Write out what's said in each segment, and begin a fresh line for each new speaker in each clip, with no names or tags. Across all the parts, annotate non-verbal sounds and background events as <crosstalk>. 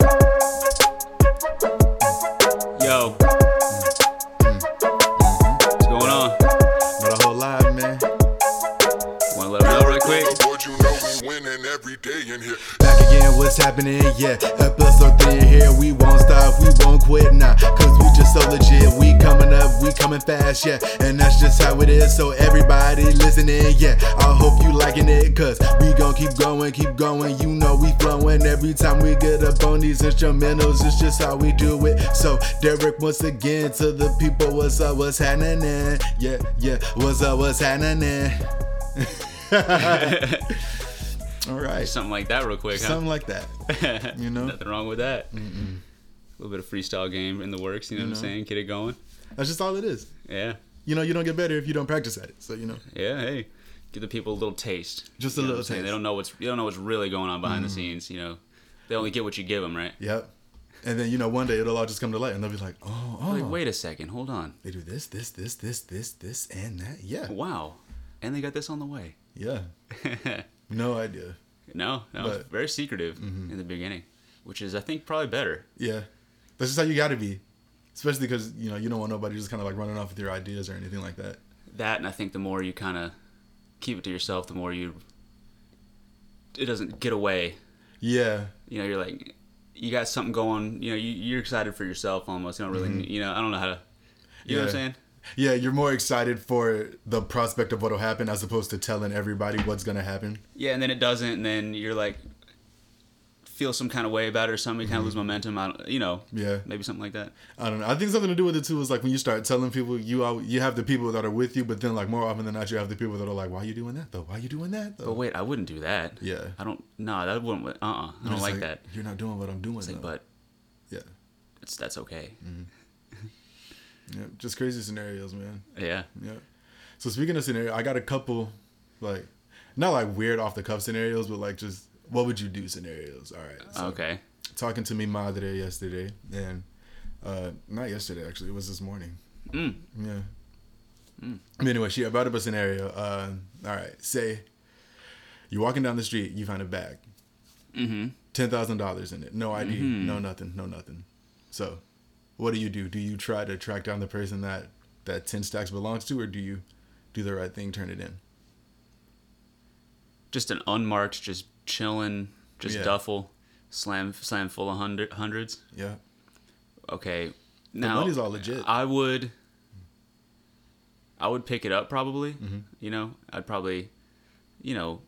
Mm.
happening, yeah. Episode 3 here, we won't stop, we won't quit, nah. Cause we just so legit, we coming up, we coming fast, yeah. And that's just how it is, so everybody listening, yeah. I hope you liking it, cause we gon' keep going, keep going. You know we flowing every time we get up on these instrumentals, it's just how we do it. So, Derek, once again, to the people, what's up, what's happening, yeah, yeah. What's up, what's happening? <laughs> All
<laughs>
right.
Something like that, real quick.
Something like that.
huh?
you know?
<laughs> Nothing wrong with that. A little bit of freestyle game in the works. You know what I'm saying? Get it going.
That's just all it is.
Yeah.
You know, you don't get better if you don't practice at it. So, you know.
Yeah. Hey, give the people a little taste.
Just a
You know
little
what I'm saying? They
taste. Mm-hmm.
don't know what's you don't know what's really going on behind the scenes. You know, they only get what you give them, right?
Yep. And then, you know, one day it'll all just come to light and they'll be like, oh, oh.
Like, wait a second. Hold on.
They do this, this, this, this, this, this, and that. Yeah.
Wow. And they got this on the way.
Yeah. No idea.
no, no. it's
But- Mm-hmm.
very secretive in the beginning, which is I think probably better.
Yeah. That's just how you got to be. Especially because, you know, you don't want nobody just kind of like running off with your ideas or anything like that.
that and i think the more you kind of keep it to yourself the more you it doesn't get away
Yeah.
you know you're like you got something going you know you, you're excited for yourself almost you don't really you know i don't know how to you know what i'm
Mm-hmm. Yeah.
saying
Yeah, you're more excited for the prospect of what'll happen as opposed to telling everybody what's gonna happen.
yeah and then it doesn't and then you're like feel some kind of way about it or something kind of lose momentum i don't you know
Mm-hmm. Yeah.
maybe something like that
I don't know. I think something to do with it too is like when you start telling people you al- you have the people that are with you, but then like more often than not you have the people that are like, why you doing that though? Why you doing that
but
though?
wait i wouldn't do that
Yeah.
i don't nah that wouldn't uh-uh i
And
don't
it's
like, that
You're Oh. not doing what I'm doing.
It's like,
though.
but
yeah.
it's that's okay
Mm. yeah, just crazy scenarios, man.
yeah
Yeah. So speaking of scenario, I got a couple, like, not like weird off the cuff scenarios, but like just what would you do scenarios. All right. So
okay
talking to me madre yesterday, and uh, not yesterday actually, it was this morning.
mm.
Yeah. But Anyway, she brought up a scenario. Uh, all right, say you're walking down the street, you find a bag,
mm-hmm
ten thousand dollars in it, no ID, no nothing, no nothing. So, what do you do? Do you try to track down the person that that ten stacks belongs to, or do you do the right thing, turn it in?
just an unmarked, just chilling, just
Yeah.
duffel, slam slam full of hundred, hundreds.
Yeah.
Okay, now
money's all legit.
I would, I would pick it up probably.
Mm-hmm.
You know, I'd probably, you know.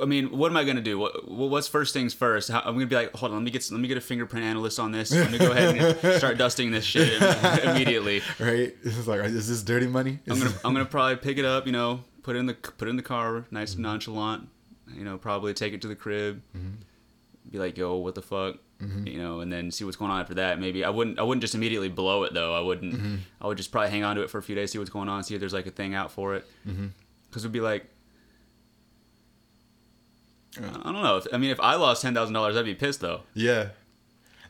I mean, what am I gonna do? What what- what's first things first? How, I'm gonna be like, hold on, let me get let me get a fingerprint analyst on this. I'm gonna go ahead
<laughs>
and start dusting this shit immediately.
Right. <laughs> It's like, is this dirty money?
I'm
Is
gonna
this-
I'm gonna probably pick it up, you know, put it in the put it in the car, nice and nonchalant, you know, probably take it to the crib, be like, yo, what the fuck, you know, and then see what's going on after that. Maybe I wouldn't I wouldn't just immediately blow it though. I wouldn't. I would just probably hang on to it for a few days, see what's going on, see if there's like a thing out for it, because it'd be like. I I don't know. If, I mean, if I lost ten thousand dollars, I'd be pissed though.
yeah.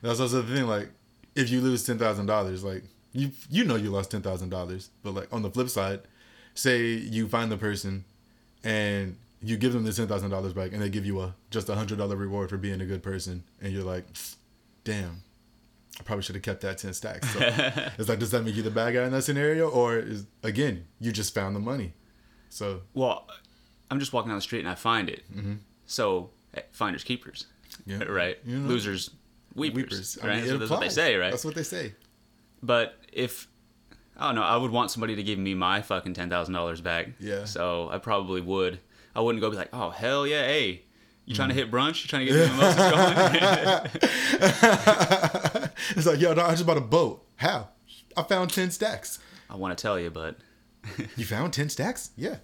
That's also the thing. Like, if you lose ten thousand dollars, like you you know you lost ten thousand dollars, but like on the flip side, say you find the person, and you give them the ten thousand dollars back, and they give you a just a hundred dollar reward for being a good person, and you're like, damn. I probably should have kept that ten stacks.
<laughs>
So it's like, does that make you the bad guy in that scenario, or is again you just found the money? So
Well, I'm just walking down the street and I find it. So eh, finders keepers, <laughs>
Yeah.
right?
You know.
Losers weepers,
weepers.
right? So
it
that's what they
applies.
say, right?
That's what they say.
but if I don't know, I would want somebody to give me my fucking ten thousand dollars back.
Yeah.
So I probably would. I wouldn't go be like, oh hell yeah, hey, you trying to
Mm.
hit brunch? You trying to get the
<laughs>
mimosas going? <laughs>
It's like, yo, dog, I just bought a boat. How? I found 10 stacks.
I want to tell you, but
You found 10 stacks? Yeah.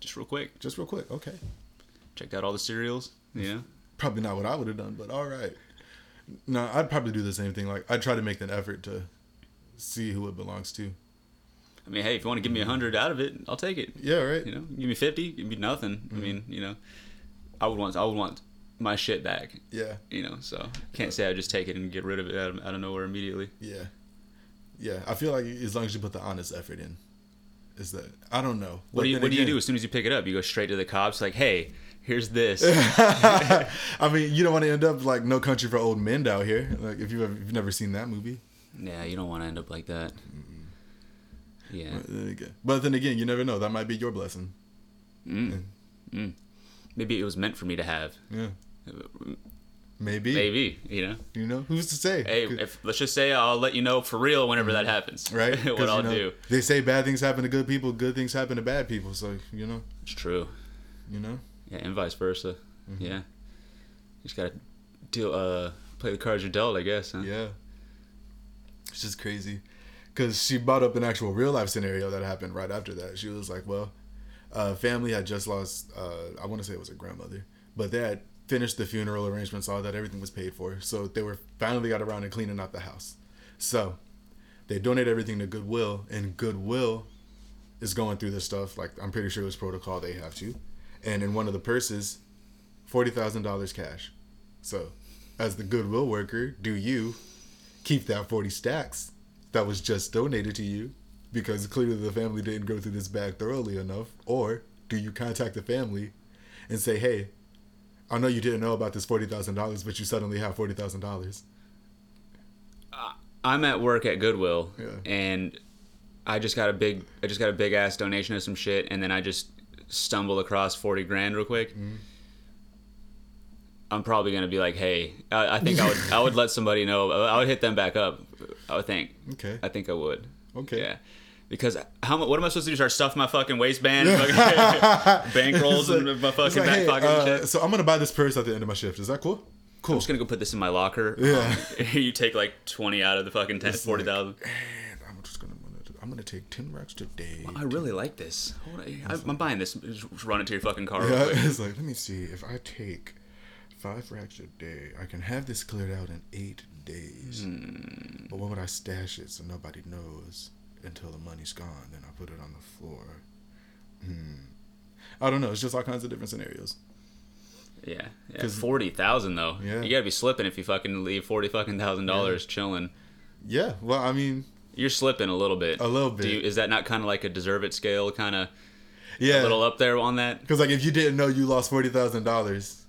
just real quick,
Just real quick. Okay.
checked out all the cereals.
Mm.
Yeah.
Probably not what I would have done, but all right. No, I'd probably do the same thing. Like, I'd try to make an effort to see who it belongs to.
I mean, hey, if you want to give me a hundred out of it, I'll take it.
Mm. Yeah, Mm. right?
You know, give me fifty, give me nothing. I mean, you know, I would want I would want my shit back.
Yeah.
You know, so can't say I just take it and get rid of it out of, out of nowhere immediately.
Yeah. Yeah. I feel like as long as you put the honest effort in, is that, I don't know.
What do you What do you do as soon as you pick it up? You go straight to the cops, like, hey, here's
<laughs>
this. <laughs>
I mean, you don't want to end up like No Country for Old Men out here. Like, if you've, ever, if you've never seen that movie.
yeah, you don't want to end up like that. Yeah,
But then again- But then again, you never know. That might be your blessing.
maybe it was meant for me to have.
Yeah. Maybe.
Maybe you know.
You know, who's to say?
Hey, if, <laughs> let's just say I'll let you know for real whenever that happens.
Mm-hmm. right?
<laughs>
'Cause,
what I'll
you know,
do.
They say bad things happen to good people, good things happen to bad people. So, you know,
It's true.
you know.
Yeah, and vice versa.
Mm-hmm.
Yeah. You just gotta deal. Uh, play the cards you're dealt, I guess. Huh?
Yeah. It's just crazy. Because she brought up an actual real life scenario that happened right after that. She was like, well, uh, family had just lost, uh, I want to say it was a grandmother, but they had finished the funeral arrangements, all that, everything was paid for. So they were finally got around to cleaning out the house. So they donate everything to Goodwill, and Goodwill is going through this stuff. Like, I'm pretty sure it was protocol they have to. And in one of the purses, $40,000 cash. So, as the goodwill worker, do you keep that 40 stacks that was just donated to you because clearly the family didn't go through this bag thoroughly enough? Or do you contact the family and say, hey, I know you didn't know about this $40,000, but you suddenly have $40,000?
I'm at work at Goodwill,
Yeah.
and I just got a big, I just got a big ass donation of some shit, and then I just stumbled across forty grand real quick.
Mm-hmm.
I'm probably gonna be like, hey, I, I think I would, I would let somebody know. I would hit them back up. I would think.
Okay.
I think I would.
Okay.
Yeah. Because how mu- what am I supposed to do? Start stuffing my fucking waistband,
<laughs>
fucking <laughs> bankrolls,
<laughs> It's like-
and my
it's
fucking
like,
back
hey,
pocket and
uh,
shit.
So I'm going to buy this purse at the end of my shift. Is that cool? Cool.
I'm just gonna go put this in my locker.
Yeah.
Um, <laughs> you take like twenty out of the fucking ten,
It's
forty thousand.
And I'm just going to, I'm going to take 10 racks today.
I really like this. Hold on, I, I'm buying this. Just run it to your fucking car.
Yeah,
Real quick.
it's like, let me see. If I take five racks a day, I can have this cleared out in eight days.
Hmm.
But when would I stash it so nobody knows until the money's gone? Then I put it on the floor. Hmm. I don't know. It's just all kinds of different scenarios.
Yeah, yeah.
'Cause-
forty thousand though.
Yeah.
you gotta be slipping if you fucking leave forty fucking thousand dollars chilling.
Yeah. Well, I mean,
You're slipping a little bit.
A little
Do you,
bit.
is that not kind of like a deserve it scale kind of a little
yeah.
up there on that?
Because like, if you didn't know you lost forty thousand dollars,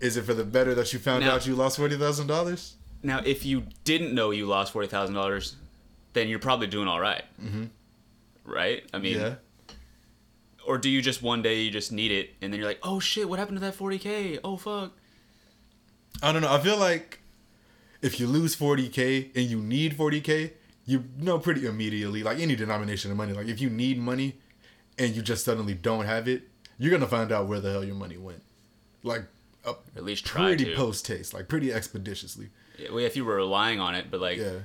is it for the better that you found
Now-
out you lost forty thousand dollars?
Now, if you didn't know you lost forty thousand dollars, then you're probably doing all right. Right? I mean,
Mm-hmm. Yeah.
or do you just one day you just need it and then you're like, oh shit, what happened to that forty k? Oh fuck.
I don't know. I feel like if you lose 40k and you need 40k, you know pretty immediately, like any denomination of money, like if you need money and you just suddenly don't have it, you're gonna find out where the hell your money went. Like uh,
At least try
pretty
to.
post haste, like pretty expeditiously.
Yeah, well, if you were relying on it, but like.
Yeah.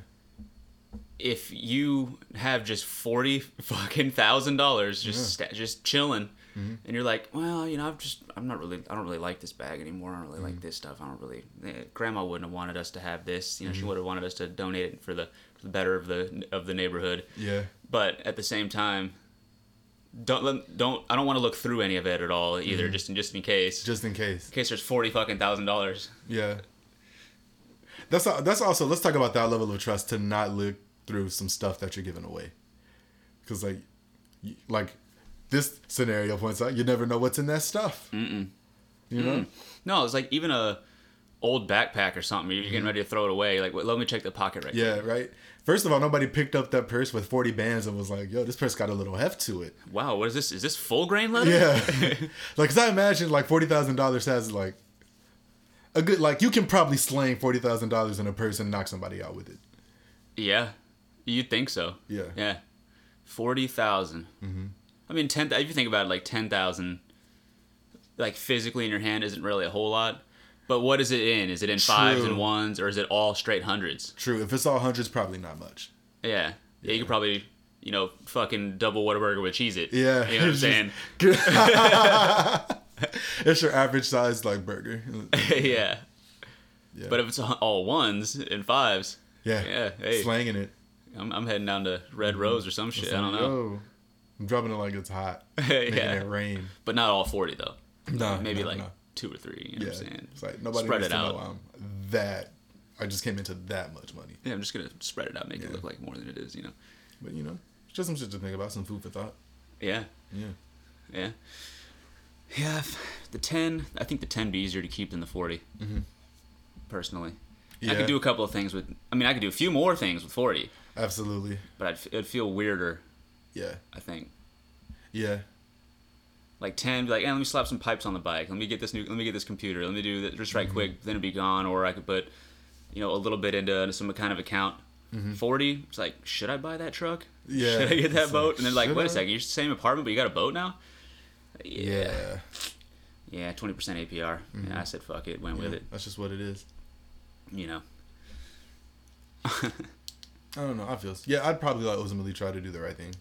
if you have just forty fucking thousand dollars just sta- just chilling,
Mm-hmm.
and you're like, well, you know, I'm just I'm not really I don't really like this bag anymore. I don't really like
Mm.
this stuff. I don't really. eh, Grandma wouldn't have wanted us to have this. You know,
Mm-hmm.
she would have wanted us to donate it for the for the better of the of the neighborhood.
Yeah.
But at the same time, don't let, don't I don't want to look through any of it at all either. Just in just in case,
Mm-hmm. Just in case.
in case there's forty fucking thousand dollars.
Yeah. That's al- that's also let's talk about that level of trust to not look through some stuff that you're giving away, because like, y- like this scenario points out you never know what's in that stuff. Mm-mm. You know,
No, it's like even a old backpack or something. You're
Mm-hmm.
getting ready to throw it away. You're like, "Wait, let me check the pocket right
yeah, right. First of all, nobody picked up that purse with forty bands and was like, "Yo, this purse got a little heft to it."
wow, what is this? Is this full grain leather?
Yeah, <laughs> like, cause I imagine like forty thousand dollars has like a good like you can probably slang forty thousand dollars in a purse and knock somebody out with it.
Yeah. You'd think so.
Yeah.
Yeah. 40,000. Mm-hmm. I mean, 10, if you think about it, like 10,000, like physically in your hand isn't really a whole lot. But what is it in? Is it in fives
True.
and ones or is it all straight hundreds?
True, if it's all hundreds, probably not much.
Yeah. Yeah. You could probably, you know, fucking double Whataburger with Cheez It.
Yeah.
You know what
<laughs>
I'm
Just-
saying? <laughs>
<laughs> It's your average size like burger.
yeah.
Yeah.
But if it's all ones and fives,
yeah,
yeah, hey.
slanging it.
I'm, I'm heading down to Red
Mm-hmm.
Rose or some shit. I don't
Like,
know.
yo, I'm dropping it like it's hot.
<laughs>
Making
yeah.
it rain.
But not all 40, though.
No,
maybe
no,
like
no.
two or three. You know
Yeah,
what I'm saying?
it's like nobody
spread
needs
it
to
out.
know I'm that. I just came into that much money,
Yeah, I'm just gonna spread it out, make it
Yeah.
look like more than it is. You know?
but you know, it's just some shit to think about, some food for thought.
Yeah,
Yeah,
yeah, yeah. if- The ten, I think the ten be easier to keep than the 40 Mm-hmm. Personally, I
Yeah.
could do a couple of things with. I mean, I could do a few more things with forty,
absolutely.
but I'd, f- it'd feel weirder.
Yeah,
I think.
yeah.
like ten, be like, hey, let me slap some pipes on the bike. Let me get this new. Let me get this computer. Let me do this just right
Mm-hmm.
quick. Then it'd be gone. Or I could put, you know, a little bit into some kind of account. Forty. It's like, should I buy that truck?
Mm-hmm. Yeah,
Should I get that
it's like,
boat? and then like,
should
wait
I?
a second, you're the same apartment, but you got a boat now. Yeah.
yeah. Mm-hmm.
Yeah. Twenty percent APR. Yeah, I said fuck it. Went with
Yeah,
it.
That's just what it is.
You know.
I don't know. I feel yeah. I'd probably like ultimately try to do the right thing.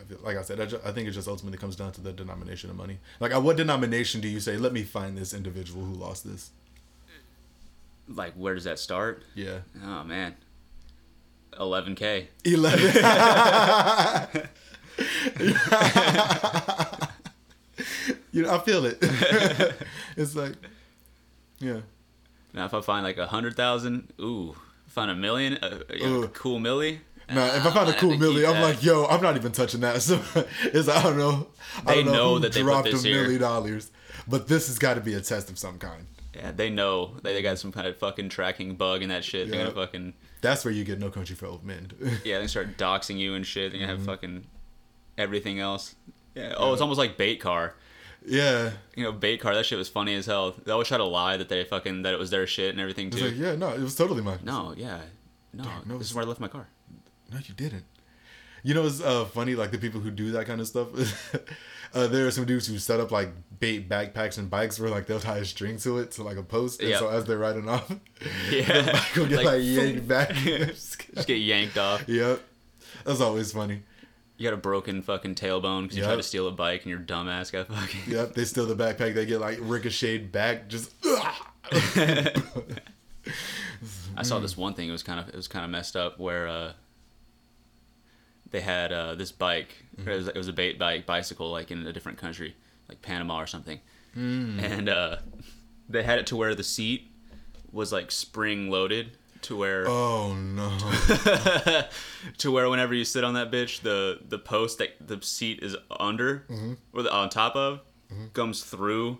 I feel, like I said, I, ju- I think it just ultimately comes down to the denomination of money. Like, at what denomination do you say? Let me find this individual who lost this.
Like, where does that start?
Yeah,
Oh man. Eleven k.
eleven. you know, I feel it. <laughs> it's like, yeah,
Now, if I find like a hundred thousand, ooh, find a million, uh, you know,
Ooh.
cool millie.
Nah, if I
Ah,
found a
might
cool
have to keep
milli, I'm
that.
like, yo, I'm not even touching that. <laughs> So it's I don't know. I
They
don't
know
who
that they put
dropped
this
a
here.
million dollars, but this has got to be a test of some kind.
yeah, they know they, they got some kind of fucking tracking bug and that shit. They're
Yeah.
gonna fucking
That's where you get no country for old men. <laughs>
yeah, they start doxing you and shit. They're gonna
Mm-hmm.
have fucking everything else. Yeah. Oh, it's almost like bait car.
yeah,
You know, bait car. That shit was funny as hell. They always try to lie that they fucking that it was their shit and everything
it's
too.
like yeah, no, it was totally mine.
No, yeah, no.
no,
this is
it's-
where I left my
<laughs>
car.
No, you didn't. You know, it's uh, funny, like the people who do that kind of stuff. <laughs> uh, there are some dudes who set up like bait backpacks and bikes where like they'll tie a string to it to like a post. And
Yeah.
so as they're riding off, <laughs>
Yeah.
go get like,
Like, <laughs>
yanked back.
just get yanked off.
yep. That's always funny.
You got a broken fucking tailbone because you tried
Yep.
to steal a bike and your dumbass got fucking.
Yep. They steal the backpack. They get like ricocheted back. Just.
I
Hmm.
saw this one thing. It was kind of it was kind of messed up where uh, they had uh, this bike. It, was, it was a bait bike bicycle, like in a different country, like Panama or something.
Hmm.
And uh, they had it to where the seat was like spring loaded to where
oh no.
to where whenever you sit on that bitch, the the post that the seat is under
Mm-hmm.
or the, on top of comes through.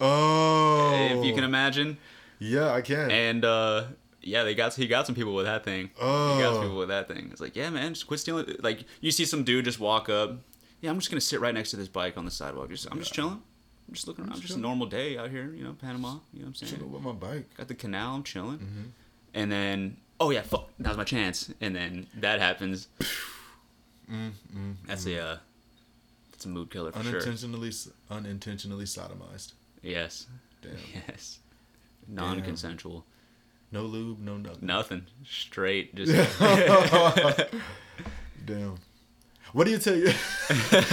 Oh.
If you can imagine.
Yeah, I can.
and uh yeah, they got he got some people with that thing. He got
Oh.
some people with that thing. It's like, yeah, man, just quit stealing. Like you see some dude just walk up. Yeah, I'm just gonna sit right next to this bike on the sidewalk. Just I'm just chilling. I'm just looking around. just a
chilling.
normal day out here, you know, Panama. You know what I'm
Should've
saying?
went with my bike.
Got the canal. I'm chilling.
Mm-hmm.
And then, oh yeah, fuck, now's my chance. And then that
<laughs>
happens.
Mm-hmm.
that's a uh, that's a mood killer for sure.
Unintentionally, unintentionally sodomized.
Yes,
Damn.
<laughs> yes, non-consensual.
No lube, no nothing.
Nothing. Straight. Just.
<laughs> Damn. What do you <laughs> tell you?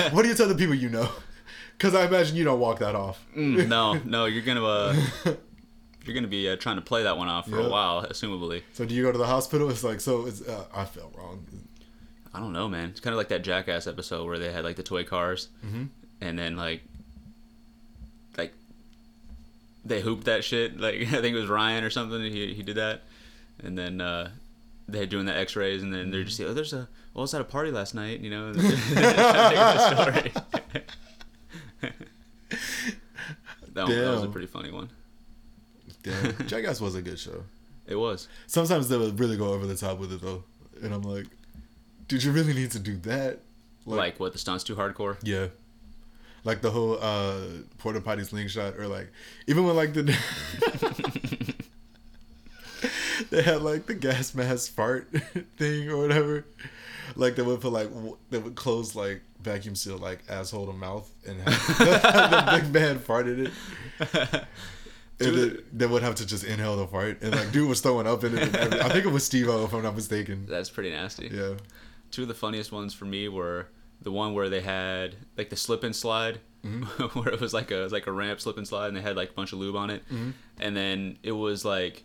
what do you tell the people you know? Because I imagine you don't walk that off.
Mm, no, no, you're gonna uh, you're gonna be uh, trying to play that one off for
Yeah.
a while, assumably.
So do you go to the hospital? It's like so. It's uh, I felt wrong.
I don't know, man. It's kind of like that Jackass episode where they had like the toy cars,
Mm-hmm.
and then like like they hooped that shit. <laughs> Like I think it was Ryan or something. He he did that, and then uh, they're doing the X-rays, and then they're just
Mm-hmm.
oh, there's a well, I was at a party last night, you
<laughs>
know. <laughs> that one, <laughs> that was a
Damn.
pretty funny one.
<laughs> Damn. Jackass was a good show.
It was.
Sometimes they would really go over the top with it though, and I'm like, did you really need to do that?
like what the stunts too hardcore
Yeah. Like the whole uh porta potty slingshot or like even when like the <laughs> they had like the gas mask fart <laughs> thing or whatever. Like they would put like w- they would close like vacuum seal like asshole to mouth and have <laughs> the big man farted it. And then they would have to just inhale the fart and like dude was throwing up in it. And everything. I think it was Steve O if I'm not mistaken.
<laughs> that's pretty nasty
Yeah.
two of the funniest ones for me were the one where they had like the slip and slide
Mm-hmm.
<laughs> where it was like a it was like a ramp slip and slide and they had like a bunch of lube on it
Mm-hmm.
and then it was like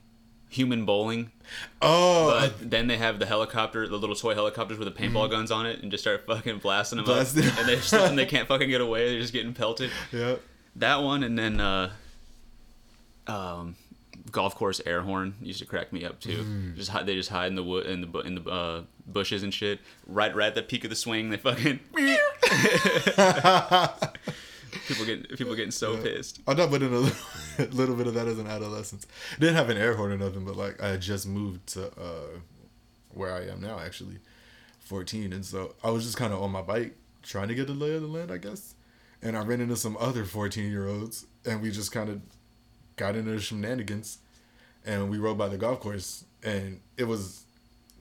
human bowling
Oh, I Mm-hmm.
but then they have the helicopter the little toy helicopters with the paintball guns on it and just start fucking blasting them
Blasting.
up and they just and
<laughs>
they can't fucking get away they're just getting pelted
yeah.
that one and then uh um golf course air horn used to crack me up too
Mm.
just hide, they just hide in the wood in the bu- in the uh, bushes and shit right right at the peak of the swing they fucking <laughs> people get people getting so pissed
I not but in a little, <laughs> little bit of that as an adolescence. Didn't have an air horn or nothing, but like I had just moved to uh, where I am now, actually, fourteen, and so I was just kind of on my bike trying to get the lay of the land, I guess. and I ran into some other 14 year olds, and we just kind of got into shenanigans, and we rode by the golf course, and it was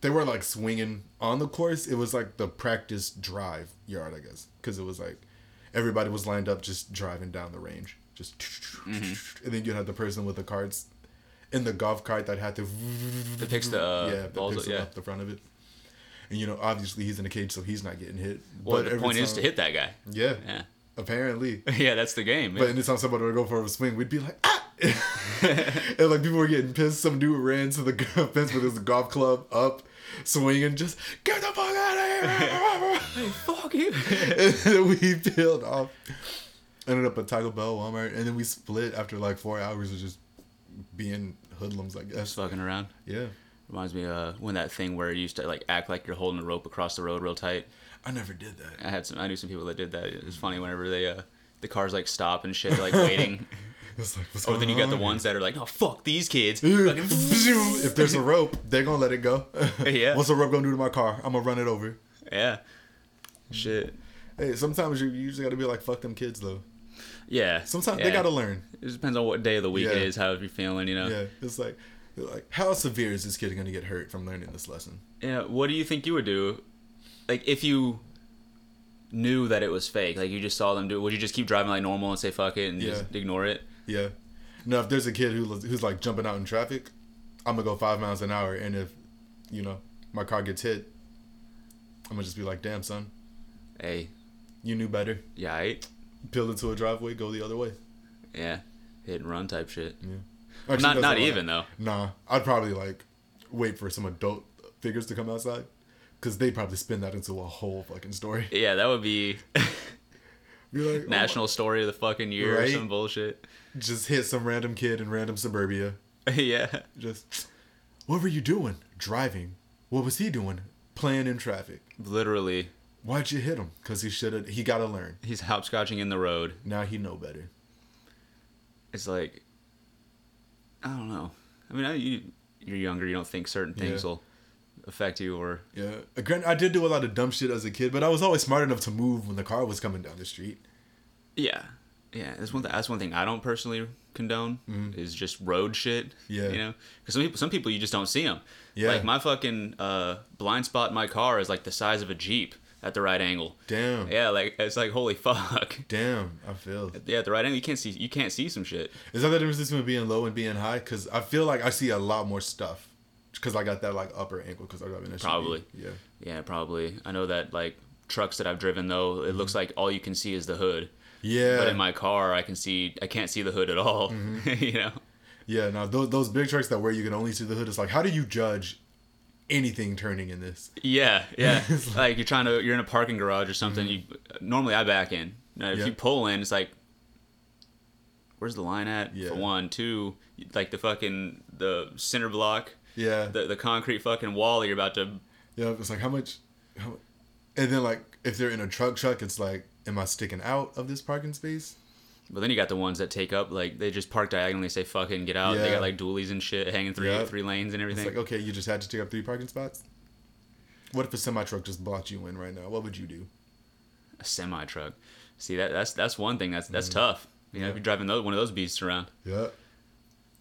they were like swinging on the course. It was like the practice drive yard, I guess, because it was like everybody was lined up just driving down the range, just and then you had the person with the carts in the golf cart that had to
That picks the uh,
yeah, that
balls.
picks
Up,
it
yeah.
up the front of it. And you know, obviously he's in a cage, so he's not getting hit.
Well, the
every
point is to
time-
hit that guy.
Yeah,
Yeah. <laughs>
apparently.
Yeah, that's the game.
But anytime somebody would go for a swing, we'd be like,
<laughs>
ah! and like people were getting pissed. Some dude ran to the <laughs> fence with his golf club up, swinging, just get the fuck out of here! <laughs>
Fuck you.
and then we peeled off. Ended up at Taco Bell, Walmart, and then we split after like four hours of just being hoodlums, I
Just
guess.
fucking around.
Yeah,
Reminds me uh when that thing where you used to like act like you're holding a rope across the road real tight.
I never did that.
I had some I knew some people that did that. It was funny whenever they uh the cars like stop and shit, they're like
<laughs>
waiting.
It's like, what's
Or Oh, then you
going
got the
on?
ones that are like, no, fuck these kids. Fucking-
if there's a rope, they're gonna let it go.
<laughs> Yeah.
What's a rope gonna do to my car? I'm gonna run it over.
yeah. Shit.
Hey, sometimes you, you just gotta be like, fuck them kids though.
Yeah.
Sometimes
yeah.
they gotta learn.
It just depends on what day of the week it
Yeah.
is, how you're feeling, you know.
Yeah. It's like, they're like, how severe is this kid gonna get hurt from learning this lesson?
Yeah, what do you think you would do? Like if you knew that it was fake, like you just saw them do it, would you just keep driving like normal and say fuck it and just
Yeah.
ignore it?
Yeah. Now, if there's a kid who who's like jumping out in traffic, I'm gonna go five miles an hour, and if, you know, my car gets hit, I'm gonna just be like, damn son,
Hey,
you knew better.
yeah, I,
Peel into a driveway, go the other way.
yeah, hit and run type shit.
Mm.
not
Actually, that's
not
a lie.
even though.
Nah, I'd probably like wait for some adult figures to come outside, because they probably spin that into a whole fucking story.
Yeah, that would be <laughs>
Be like, oh,
national story of the fucking year or
Right?
some bullshit.
just hit some random kid in random suburbia.
<laughs> yeah,
Just, what were you doing? Driving. What was he doing? Playing in traffic.
literally,
Why'd you hit him? Cause he should have. He gotta learn.
he's hopscotching in the road.
Now he know better.
It's like, I don't know. I mean, I, you you're younger, you don't think certain things
Yeah.
will affect you or
Yeah. Uh, Granted, I did do a lot of dumb shit as a kid, but I was always smart enough to move when the car was coming down the street.
Yeah, yeah. That's one. Th- that's one thing I don't personally condone is just road shit.
Mm-hmm. Yeah.
you know, because some people, some people, you just don't see them.
Yeah.
Like my fucking uh, blind spot in my car is like the size of a jeep at the right angle.
Damn.
Yeah, like it's like holy <laughs> fuck.
Damn. I feel.
Yeah, at the right angle you can't see you can't see some shit.
Is that the difference between being low and being high? Because I feel like I see a lot more stuff. Because I got that like upper ankle. Because I got an SUV.
Probably.
Yeah.
Yeah, probably. I know that like trucks that I've driven though, it looks like all you can see is the hood.
Mm-hmm. Yeah. Mm-hmm.
But in my car, I can see I can't see the hood at all. <laughs> you know.
yeah. Now those those big trucks that where you can only see the hood. It's like how do you judge anything turning in this?
Yeah, yeah.
<laughs> It's Mm-hmm.
like, you're trying to, you're in a parking garage or something. You normally I back in. Now, if
Yeah.
you pull in, it's like, where's the line at?
Yeah.
For one, two, like the fucking the center block,
Yeah.
the the concrete fucking wall that you're about to.
yeah. It's like how much. How, mu- and then like if they're in a truck truck, it's like am I sticking out of this parking space?
But then you got the ones that take up like they just park diagonally, say fuck it and get out. They
Yeah.
got like dualies and shit hanging three
Yeah.
three lanes and
It's
everything.
like okay, you just had to take up three parking spots. What if a semi truck just blocked you in right now? What would you do?
a semi truck. See that that's that's one thing that's
Mm-hmm.
that's tough. You know, if you're driving those, one of those beasts around.
Yeah.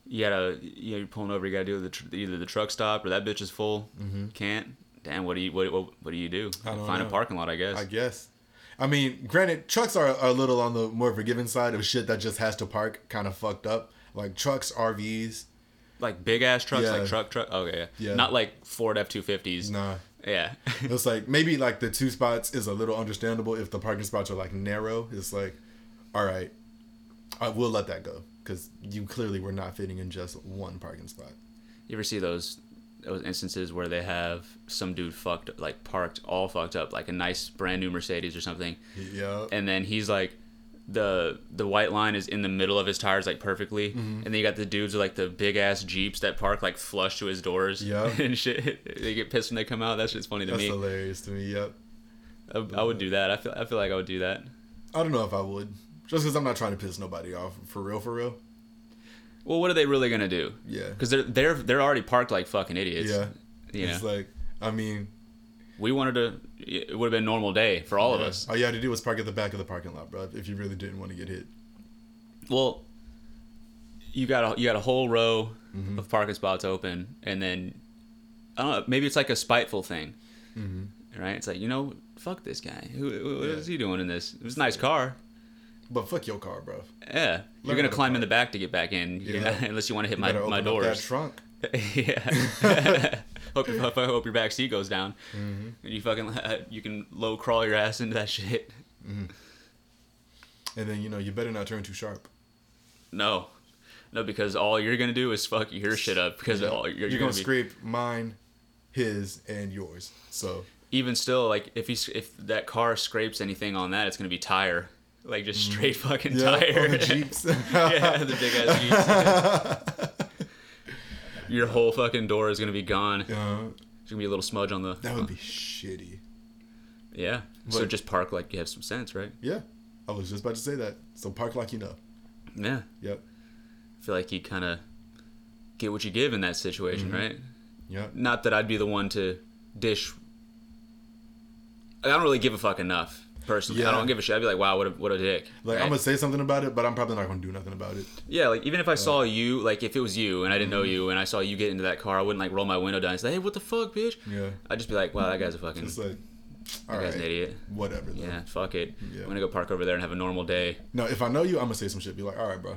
you gotta you know, you're pulling over you gotta do the tr- either the truck stop or that bitch is full can't damn what do you what, what, what do you do
Mm-hmm. I don't
find a
know.
parking lot i guess
I guess. I mean, granted, trucks are, are a little on the more forgiving side of shit that just has to park kind of fucked up. Like trucks, RVs.
like big ass trucks like
Yeah.
truck truck okay yeah
Yeah.
not like ford f-250s
Nah.
yeah <laughs>
It's like maybe like the two spots is a little understandable if the parking spots are like narrow. It's like, all right, I will let that go because you clearly were not fitting in just one parking spot.
you ever see those those instances where they have some dude fucked like parked all fucked up like a nice brand new mercedes or something
Yeah.
and then he's like the the white line is in the middle of his tires like perfectly
Mm-hmm.
and then you got the dudes with like the big ass jeeps that park like flush to his doors
Yeah.
<laughs> and shit they get pissed when they come out that's just funny to
That's
me
hilarious to me. Yep.
I, I would do that I feel, I feel like i would do that
I don't know if I would. Just because I'm not trying to piss nobody off. For real, for real.
well what are they really gonna do
Yeah.
because they're they're they're already parked like fucking idiots
Yeah.
you know
It's like, I mean,
we wanted to it would have been a normal day for all of us.
All you had to do was park at the back of the parking lot, bro. If you really didn't want to get hit.
Well, you got a you got a whole row
Mm-hmm.
of parking spots open, and then I don't know, maybe it's like a spiteful thing, right? It's like you know, fuck this guy. Who, who what
Mm-hmm. Yeah.
is he doing in this? It was a nice car.
But fuck your car, bro.
Yeah, you're
Learn
gonna
how to
climb in the back to get back in,
Yeah.
<laughs> unless you want to hit
You
my
better open
my
up that
doors.
trunk.
<laughs>
<laughs>
yeah. <laughs> hope, your, hope, hope your back seat goes down.
Mm-hmm.
You fucking <laughs> you can low crawl your ass into that shit.
And then you know you better not turn too sharp.
No, no, because all you're gonna do is fuck your shit up. Because all, you're,
You're,
you're
gonna,
gonna, be,
scrape mine, his, and yours. So
even still, like if he's if that car scrapes anything on that, it's gonna be tire, like just straight fucking
Mm. yeah, Oh,
tire. <laughs>
on the jeeps. <laughs>
yeah, the big ass jeeps. Your whole fucking door is gonna be gone.
Uh,
There's gonna be a little smudge on the.
that would be shitty.
yeah. so
But-
just park like you have some sense, right?
Yeah, I was just about to say that. So park like you know.
Yeah.
Yep.
I feel like you kind of get what you give in that situation,
Mm-hmm.
right?
Yep.
Not that I'd be the one to dish. I don't really give a fuck enough personally. I
Yeah.
don't give a shit. I'd be like, wow, what a what a dick.
Like
right?
I'm gonna say something about it, but I'm probably not gonna do nothing about it.
yeah, like even if I saw you, like if it was you and I didn't
Mm-hmm.
know you and I saw you get into that car, I wouldn't like roll my window down and say, hey, what the fuck, bitch?
Yeah.
I'd just be like, wow, that
<laughs>
guy's a fucking
It's like, all
guy's
right,
an idiot.
whatever. Though.
Yeah, fuck it.
Yeah.
I'm gonna go park over there and have a normal day.
No, if I know you, I'm gonna say some shit. Be like, all right, bro,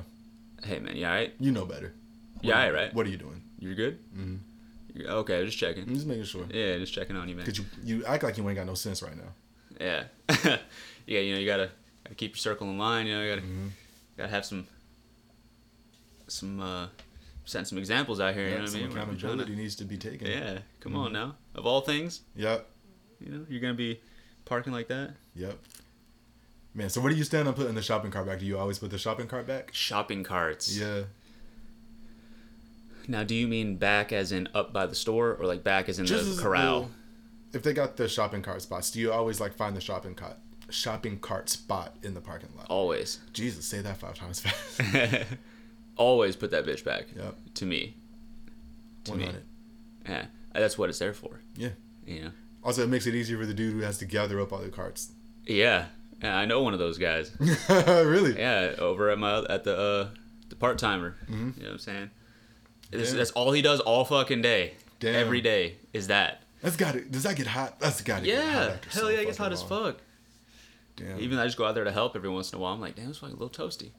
Hey man, you alright?
you know better.
You alright, right?
What are you doing?
You're good? Mm-hmm. Okay, just
I'm
checking.
just making sure.
Yeah, just checking on you, man.
Cause you you act like you ain't got no sense right now.
Yeah. <laughs> yeah, you know, you gotta, gotta keep your circle in line, you know, you gotta
Mm-hmm.
gotta have some some uh send some examples out here, you know what I
some
mean? We're- we're trying to-
accountability Mm-hmm. needs to be taken.
yeah, come on now. Of all things,
Yep.
you know, you're gonna be parking like that.
Yep. Man, so where do you stand on putting the shopping cart back? Do you always put the shopping cart back?
Shopping carts.
Yeah.
Now do you mean back as in up by the store or like back as in the corral?
well, if they got the shopping cart spots, do you always like find the shopping cart shopping cart spot in the parking
Oh.
lot?
Always. <laughs>
Jesus, say that five times <laughs> fast.
Always put that bitch back.
Yep.
To me. To
One
me.
hundred.
Yeah. That's what it's there for.
Yeah.
You know?
Also, it makes it easier for the dude who has to gather up all the carts. <laughs>
Yeah. Yeah, I know one of those guys.
really?
Yeah, over at my at the uh, the part timer.
Mm-hmm.
You know what I'm saying? This,
Damn.
that's all he does all fucking day.
Damn.
Every day is that.
That's got it. Does that get hot? That's got to get hot.
Yeah,
after
hell
so
yeah, it gets hot
fucking
as
long.
fuck.
Damn.
Even though I just go out there to help every once in a while. I'm like, damn, it's fucking a little toasty.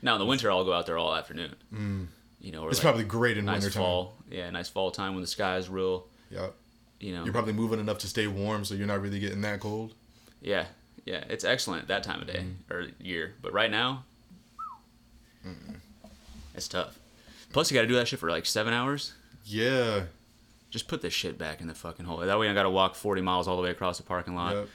Now in the winter, I'll go out there all afternoon. Mm. You know, or
it's
like,
probably great in
nice
wintertime.
fall. Yeah, nice fall time when the sky is real.
Yep.
You know.
You're probably moving enough to stay warm, so you're not really getting that cold.
yeah, yeah, it's excellent that time of day
Mm.
or year. But right now, it's tough. Plus, you got to do that shit for like seven hours.
Yeah.
just put this shit back in the fucking hole. That way I gotta walk 40 miles all the way across the parking lot
Yep.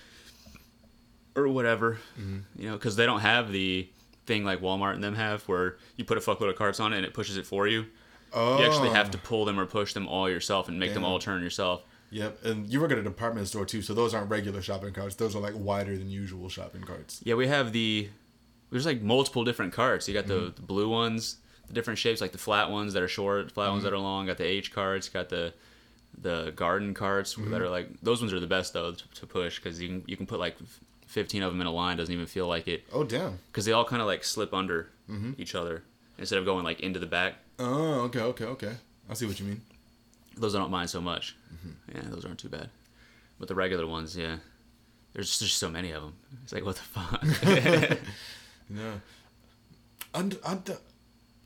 or whatever.
Mm-hmm.
You know, because they don't have the thing like Walmart and them have where you put a fuckload of carts on it and it pushes it for you.
Oh.
You actually have to pull them or push them all yourself and make them
Damn.
all turn yourself.
Yep. And you work at a department store too, so those aren't regular shopping carts. Those are like wider than usual shopping carts.
Yeah, we have the. There's like multiple different carts. You got the,
Mm-hmm.
the blue ones, the different shapes, like the flat ones that are short, flat
Mm-hmm.
ones that are long. Got the H carts. Got the the garden carts
Mm-hmm.
that are like those ones are the best though to, to push because you can you can put like f- 15 of them in a line. Doesn't even feel like it
Oh damn.
because they all kind of like slip under each other instead of going like into the back.
Oh okay okay okay. I see what you mean.
Those I don't mind so much. Yeah, those aren't too bad. But the regular ones, yeah. There's just so many of them. It's like what the fuck.
No. I, d- I, d-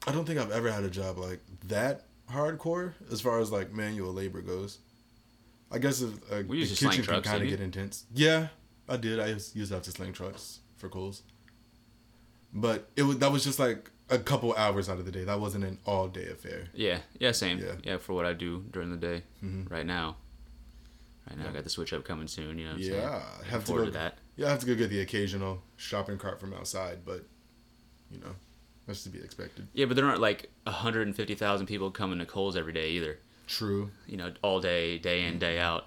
I don't think I've ever had a job like that hardcore as far as like manual labor goes. I guess if, uh, the
We used to sling
kitchen can
trucks,
kind of
didn't you?
get intense. Yeah, I did. I used used to have to sling trucks for Kohl's. But it was that was just like a couple hours out of the day. That wasn't an all day affair.
Yeah, yeah, same. Yeah.
Yeah.
for what I do during the day right now. Right now, I got the switch up coming soon. You know what I'm saying?
Yeah, I have to
forward
go.
to that.
Yeah, I have to go get the occasional shopping cart from outside, but you know, that's to be expected.
Yeah, but there aren't like 150,000 people coming to Coles every day either.
True.
You know, all day, day in, day out.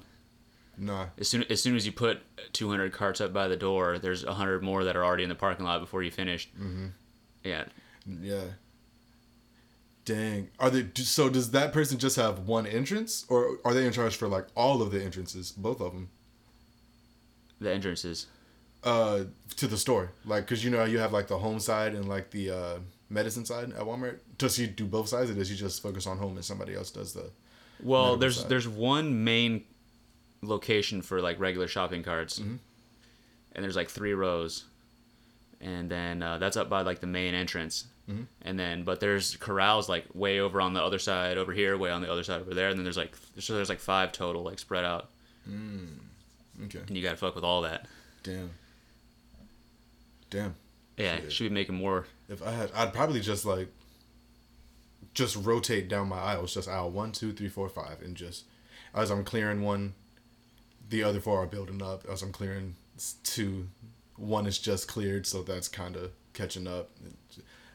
Nah.
As soon as soon as you put 200 carts up by the door, there's 100 more that are already in the parking lot before you finished. Mm-hmm. Yeah,
Yeah. Dang. Are they do- so? Does that person just have one entrance, or are they in charge for like all of the entrances, both of them?
the entrances?
uh, to the store, like because you know how you have like the home side and like the uh, medicine side at Walmart. Does you do both sides, or does you just focus on home and somebody else does the?
Well,
Medical
there's
side.
there's one main location for like regular shopping carts, and there's like three rows, and then uh, that's up by like the main entrance, and then but there's corrals like way over on the other side over here, way on the other side over there, and then there's like so there's like five total like spread out,
Okay.
and you gotta fuck with all that.
Damn. Damn.
Yeah,
Shit.
should be making more.
If I had, I'd probably just like, just rotate down my aisles, just aisle one, two, three, four, five, and just as I'm clearing one, the other four are building up. As I'm clearing s- two, one is just cleared, so that's kind of catching up.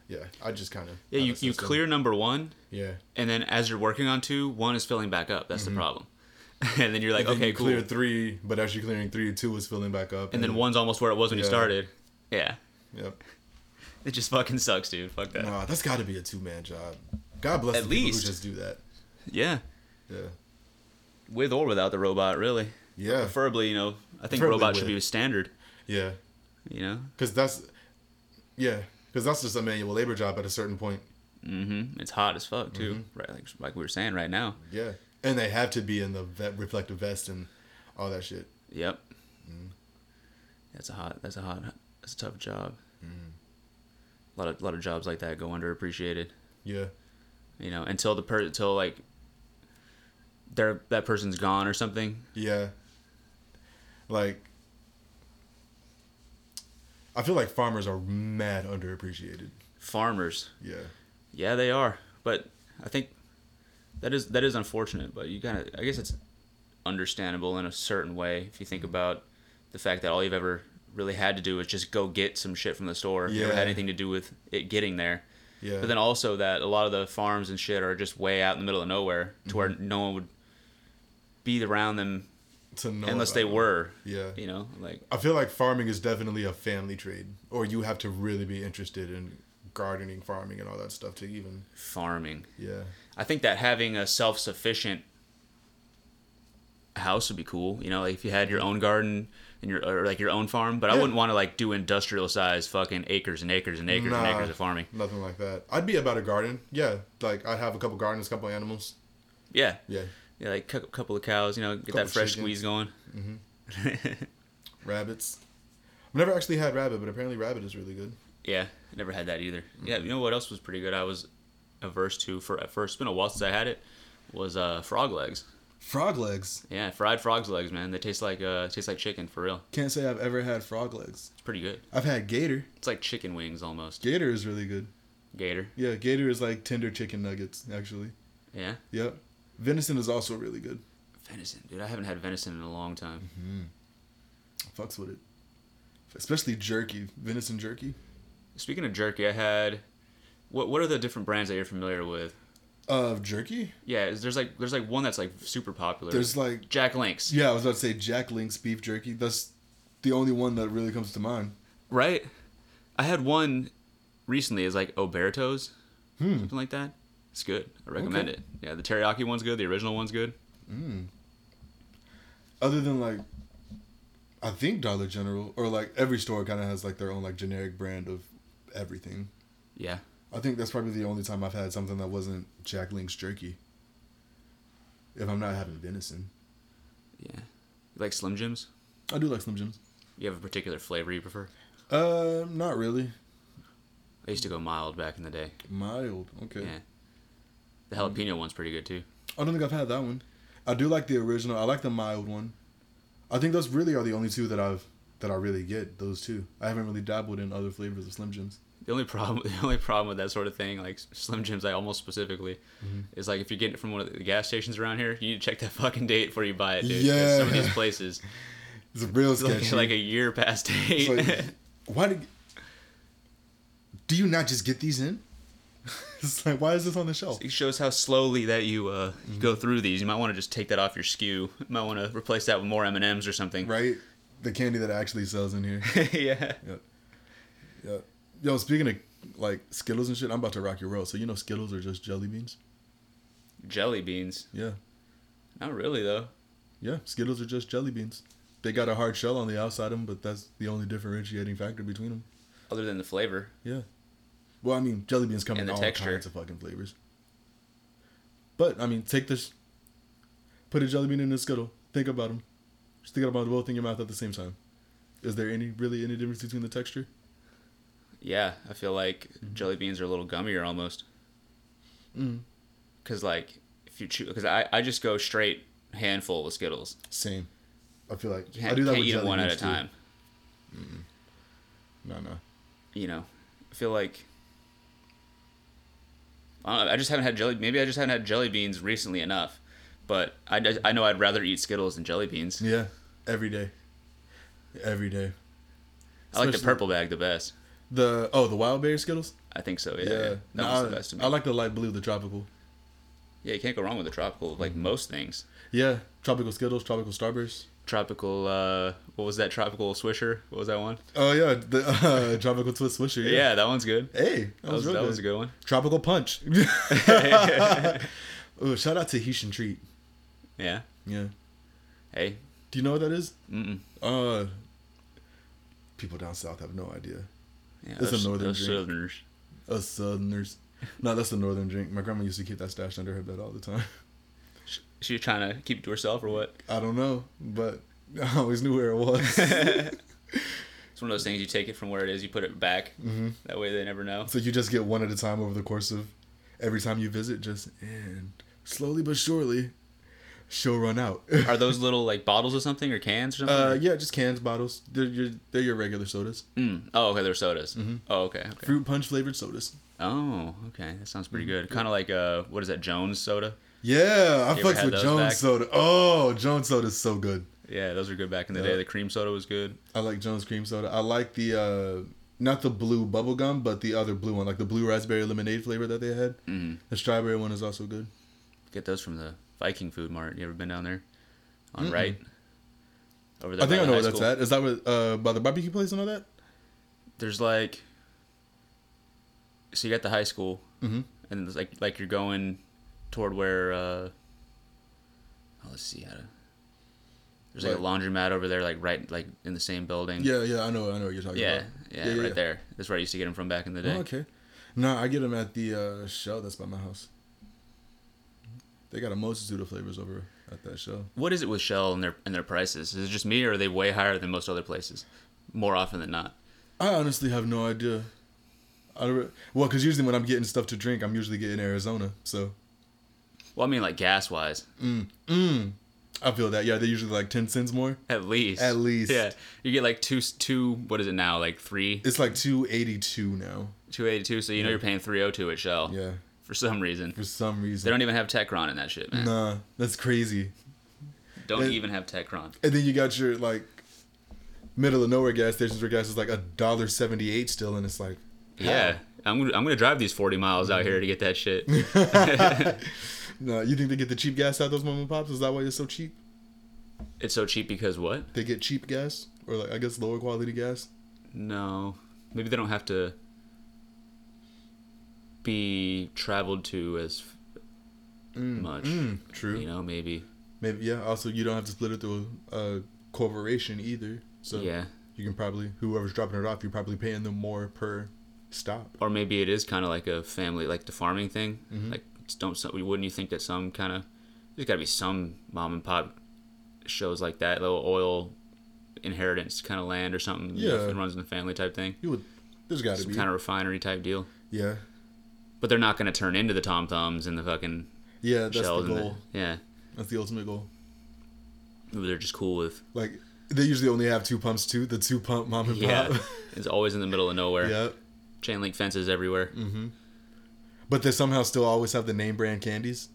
Yeah, I just kind of
Yeah, you, you clear number one,
Yeah.
and then as you're working on two, one is filling back up. That's the problem, <laughs> and then you're like,
Mm-hmm. Then
okay,
you
cool.
clear three, but as you're clearing three, two is filling back up,
and then one's almost where it was when you
Yeah.
started. Yeah.
Yep.
It just fucking sucks, dude. Fuck that.
Nah, that's got to be a two man job. God bless
At
the people
least.
who just do that.
Yeah.
Yeah.
With or without the robot, really.
Yeah.
Preferably, you know, I think
Preferably
robot should
with.
be a standard,
Yeah.
you know?
Because that's, yeah. Because that's just a manual labor job at a certain point.
hmm It's hot as fuck, too.
Mm-hmm.
Right, like, like we were saying right now.
Yeah. And they have to be in the vet reflective vest and all that shit.
Yep.
Mm-hmm.
That's a hot, that's a hot, that's a tough job.
Mm-hmm.
A lot of, lot of jobs like that go underappreciated,
Yeah.
you know, until the per, until like, they're, that person's gone or something.
Yeah. Like, I feel like farmers are mad underappreciated.
Farmers.
Yeah.
Yeah, they are. But I think that is that is unfortunate. But you gotta, I guess it's understandable in a certain way if you think about the fact that all you've ever really had to do is just go get some shit from the store. You never
Yeah.
had anything to do with it getting there.
Yeah.
But then also that a lot of the farms and shit are just way out in the middle of nowhere to where
Mm-hmm.
no one would be around them
to know
unless
about
they
it.
were.
Yeah.
You know, like
I feel like farming is definitely a family trade, or you have to really be interested in gardening, farming, and all that stuff to even.
farming.
Yeah.
I think that having a self sufficient house would be cool. You know, like if you had your own garden and your or like your own farm. But I
Yeah.
wouldn't want to like do industrial sized fucking acres and acres and acres and
Nah,
acres of farming.
Nothing like that. I'd be about a garden. Yeah, like I'd have a couple gardens, couple animals.
Yeah. yeah.
Yeah,
like cou- couple of cows. You know, get
Couple Mm-hmm.
that fresh
chickens.
squeeze going.
rabbits. I've never actually had rabbit, but apparently rabbit is really good.
<laughs> Yeah, I never had that either.
Mm-hmm.
Yeah, you know what else was pretty good? I was averse to for at first. It's been a while since I had it. Was uh frog legs.
Frog legs.
Yeah, fried frog's legs, man. They taste like uh taste like chicken for real.
Can't say I've ever had frog legs.
It's pretty good.
I've had gator.
It's like chicken wings almost.
Gator is really good.
Gator.
Yeah, gator is like tender chicken nuggets actually.
Yeah.
Yep. Venison is also really good.
Venison, dude. I haven't had venison in a long time.
Fucks with it. Especially jerky, venison jerky.
Speaking of jerky, I had. What What are the different brands that you're familiar with?
Of jerky?
Yeah, is- there's like there's like one that's like super popular.
There's like
Jack Links,
yeah, I was about to say Jack Link's beef jerky. That's the only one that really comes to mind.
right? I had one recently. Is like Oberto's, something like that. It's good. I recommend
Hmm. Okay.
it. Yeah, the teriyaki one's good. The original one's good.
Other than like I think Dollar General or like every store kind of has like their own like generic brand of everything.
Yeah,
I think that's probably the only time I've had something that wasn't Jack Link's jerky. If I'm not having venison.
yeah. You like Slim Jims?
I do like Slim Jims.
You have a particular flavor you prefer?
Uh, not really.
I used to go mild back in the day.
Mild. Okay.
Yeah. The jalapeno one's pretty good too.
I don't think I've had that one. I do like the original. I like the mild one. I think those really are the only two that I've that I really get. Those two. I haven't really dabbled in other flavors of Slim Jims.
The only problem, <laughs> the only problem with that sort of thing, like Slim Jims, I almost specifically,
Mm-hmm.
is like if you're getting it from one of the gas stations around here, you need to check that fucking date before you buy it, dude. 'Cause Some of
Yeah.
these places,
<laughs> It's real sketchy.
like, like a year past date.
It's like,
<laughs>
why did? Do you not just get these in? <laughs> it's like why is this on the shelf?
it shows how slowly that you uh, you go
Mm-hmm.
through these. You might want to just take that off your skew. You might want to replace that with more M and M's or something.
Right. The candy that actually sells in here.
<laughs> yeah.
yep. Yep. Yo, speaking of like Skittles and shit, I'm about to rock your world. So you know Skittles are just jelly beans.
Jelly beans.
Yeah.
Not really though.
Yeah, Skittles are just jelly beans. They got a hard shell on the outside of them, but that's the only differentiating factor between them.
Other than the flavor,
Yeah. Well, I mean, jelly beans come
And
in
the
all
texture.
kinds of fucking flavors. But I mean, take this, put a jelly bean in a skittle. Think about them. Just think about both in your mouth at the same time. Is there any really any difference between the texture?
yeah, I feel like
Mm-hmm.
jelly beans are a little gummier almost.
Mm.
Because like if you chew, because I, I just go straight handful with Skittles.
Same. I feel like
Can't, can't eat 'em one at a
too.
time.
No, no.
You know, I feel like. I, don't know, I just haven't had jelly. Maybe I just haven't had jelly beans recently enough, but I, d- I know I'd rather eat Skittles than jelly beans.
Yeah, every day. Every day.
I like the
especially-
purple bag the best.
The oh, the wild berry Skittles.
I think so. Yeah,
Yeah,
yeah. that
No,
one's
I,
the best to me.
I like the light blue, the tropical.
yeah, you can't go wrong with the tropical. Like
Mm-hmm.
most things,
Yeah, tropical Skittles, tropical Starburst.
tropical. uh What was that? Tropical Swisher. What was that one?
Oh yeah, the <laughs> uh, tropical twist swisher.
Yeah, that one's good.
Hey, that,
That was,
was, real
that
good.
was a good one.
Tropical punch.
<laughs>
<laughs> Ooh, shout out to Haitian treat.
Yeah.
Yeah.
Hey.
Do you know what that is?
Mm-mm.
Uh, people down south have no idea.
Yeah,
It's a
those-
northern
those
drink.
Southerners.
Us Southerners. No, that's the northern drink. My grandma used to keep that stashed under her bed all the time. <laughs>
Sh- She was trying to keep it to herself or what?
I don't know, but <laughs> I always knew where it was.
<laughs> It's one of those things you take it from where it is, you put it back. Mm-hmm. That way they never know.
so you just get one at a time over the course of every time you visit, just and slowly but surely, she'll run out.
Are those little like bottles or something or cans or
Uh,
something?
yeah, just cans, bottles. They're your they're your regular sodas.
mm. Oh, okay, they're sodas. Oh, okay. okay.
mm-hmm. Fruit Mm-hmm. punch flavored sodas.
Oh, okay. That sounds pretty good. Kind of like uh, what is that? Jones soda.
Yeah, I
You ever
fucks
had
with
those
Jones
back?
soda. Oh, Jones soda's so good.
Yeah, those were good back in the
Yeah.
day. The cream soda was good.
I like Jones cream soda. I like the uh not the blue bubble gum, but the other blue one, like the blue raspberry lemonade flavor that they had.
Mm.
The strawberry one is also good.
Get those from the Viking Food Mart. You ever been down there? On right. Over
I think
by
I
the
know
high
where that's
school.
at. Is that what uh by the barbecue place and all that?
There's like. So you got the high school,
Mhm.
and it's like like you're going toward where. Uh, oh, let's see how to. There's like a laundromat over there, like right, like in the same building.
Yeah, Mm. yeah, I know, I know what you're talking
Yeah,
about.
yeah, right there. That's where I used to get them from back in the day.
Oh, okay. No, I get them at the uh, shell that's by my house. They got a multitude of flavors over at that shell.
What is it with Shell and their and their prices? Is it just me, or are they way higher than most other places? More often than not.
I honestly have no idea. I don't, re- well, because usually when I'm getting stuff to drink, I'm usually getting Arizona. So
Well, I mean, like gas wise,
I feel that. Yeah, they're usually like 10 cents more.
<laughs> at least.
At least.
Yeah, you get like two two. What is it now? Like three,
It's like 282 now.
two eighty two. So you know you're paying three oh two at Shell.
Yeah,
For some reason,
for some
they
reason.
don't even have Tecron in that shit, man.
Nah, that's crazy.
Don't
It-
even have Tecron.
And then you got your like middle of nowhere gas stations where gas is like a dollar seventy eight still, and it's like,
Yeah, I'm gonna I'm gonna drive these forty miles out here to get that
<laughs>
shit.
no, you think they get the cheap gas out of those mom and pops? Is that why it's so cheap?
it's so cheap because what?
they get cheap gas or like I guess lower quality gas.
No, maybe they don't have to be traveled to as f
Mm,
much.
True.
You know, maybe.
Maybe yeah. Also, you don't have to split it through a corporation either, so
Yeah.
you can probably whoever's dropping it off, you're probably paying them more per stop.
Or maybe it is kind of like a family, like the farming thing.
Mm-hmm.
Like, it's- don't some- wouldn't you think that some kind of there's got to be some mom and pop shows like that, little oil inheritance kind of land or something. you know, if
Yeah.
it runs in the family type thing.
You would. There's got to
Some
be.
kind of refinery type deal.
yeah.
But they're not going to turn into the Tom Thumbs and the fucking
Yeah, that's
shells.
the
and the-
goal.
yeah.
That's the ultimate goal.
They're just cool
<laughs>
with.
Like they usually only have two pumps too. The two pump mom and
Yeah.
pop. <laughs>
it's always in the middle of nowhere.
yeah. Mm.
Chain link fences everywhere.
But they somehow still always have the name brand candies.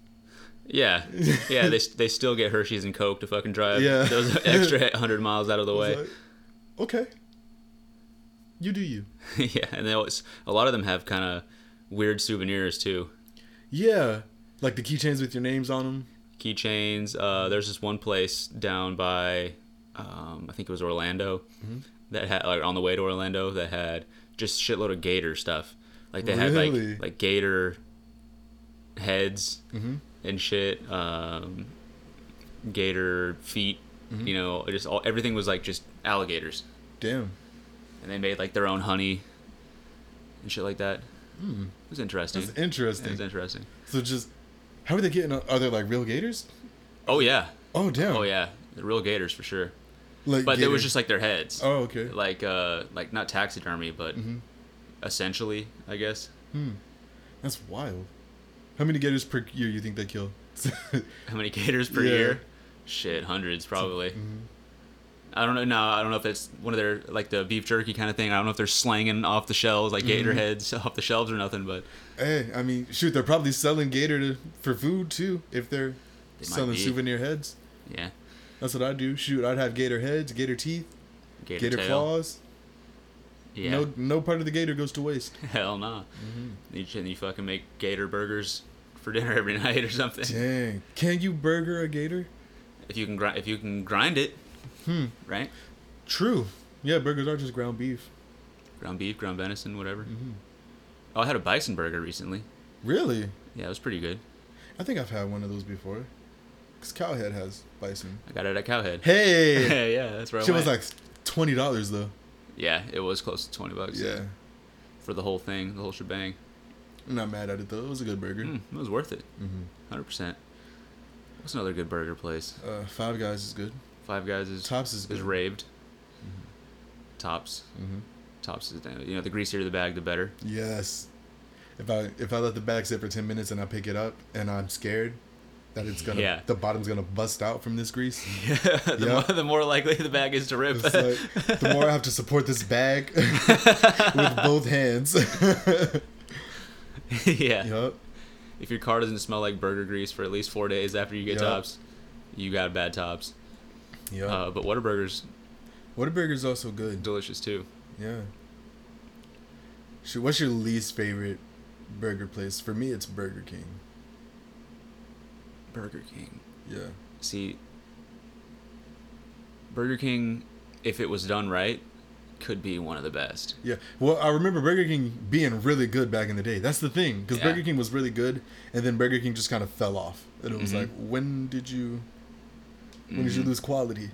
Yeah,
<laughs>
yeah. They they still get Hershey's and Coke to fucking drive
Yeah.
those
<laughs>
extra hundred miles out of the way.
It's like, okay. You do you.
<laughs> yeah, and they always, a lot of them have kind of weird souvenirs too.
Yeah. Like the keychains with your names on them.
Keychains. Uh, there's this one place down by, um, I think it was Orlando,
Mm-hmm.
that had like on the way to Orlando that had just shitload of gator stuff. Like they had
Really? Mm-hmm.
like like gator heads and shit, um, gator feet
Mm-hmm.
You know, it just all everything was like just alligators,
Damn.
and they made like their own honey and shit like that. It was interesting.
Hmm. That's interesting.
It was interesting.
So just how are they getting? Are they like real gators?
Oh yeah,
Oh damn.
oh yeah, the real gators for sure.
Like
But there was
gator-
just like their heads.
Oh Mm-hmm. okay.
like uh like not taxidermy but essentially i guess <laughs>
That's wild. How many gators per year you think they kill? <laughs>
how many gators per
Yeah. Mm-hmm.
year shit hundreds probably i don't know no i don't know if that's one of their like the beef jerky kind of thing i don't know if they're slanging off the shelves like gator
Mm-hmm.
heads <laughs> off the shelves or nothing but
hey, I mean, shoot, they're probably selling gator to, for food too if they're
They might
selling
be.
souvenir heads.
yeah
That's what I do. Shoot, I'd have gator heads, gator teeth,
gator,
gator,
tail
claws.
yeah
No, no part of the gator goes to waste.
<laughs> hell no you, should- you fucking make gator burgers for dinner every <laughs> night or something
Dang, can you burger a gator?
if you can grind if you can grind it
Hmm.
right
True. Yeah, burgers are just ground beef.
ground beef ground venison whatever
Mm-hmm.
oh i had a bison burger recently
Really?
yeah it was pretty good
I think I've had one of those before. Cause Cowhead has
<laughs>
bison.
I got it at Cowhead.
Hey,
yeah, yeah, that's right.
shit was like twenty dollars though.
yeah, it was close to twenty bucks.
Yeah,
for the whole thing, the whole shebang.
I'm not mad at it though. It was a good burger.
Mm,
Mm-hmm.
it was worth it. 100 percent. What's another good burger place?
Uh, Five Guys is good.
Five Guys is
Tops is
is
good.
raved. Tops,
Mhm.
Tops is you know the greasier the bag the
<laughs>
better.
Yes. If I if I let the bag sit for ten minutes and I pick it up and I'm scared that it's gonna
Yeah.
the bottom's gonna bust out from this
<laughs>
grease,
the,
Yeah.
more, the more likely the bag is to rip.
it's like the more I have to support this bag <laughs> with both hands. <laughs>
<laughs> yeah.
yep.
If your car doesn't smell like burger grease for at least four days after you get
Yeah.
Tops, you got bad Tops.
Yep.
Uh, but Whataburger's
Whataburger's also good.
delicious too.
Yeah. Shoot, what's your least favorite burger place? For me, it's Burger King.
Burger King.
Yeah.
See, Burger King, if it was done right, could be one of the best.
Yeah. Well, I remember Burger King being really good back in the day. That's the thing, because
Yeah.
Burger King was really good, and then Burger King just kind of fell off. And it was
Mm-hmm.
like, when did you, when did you lose quality?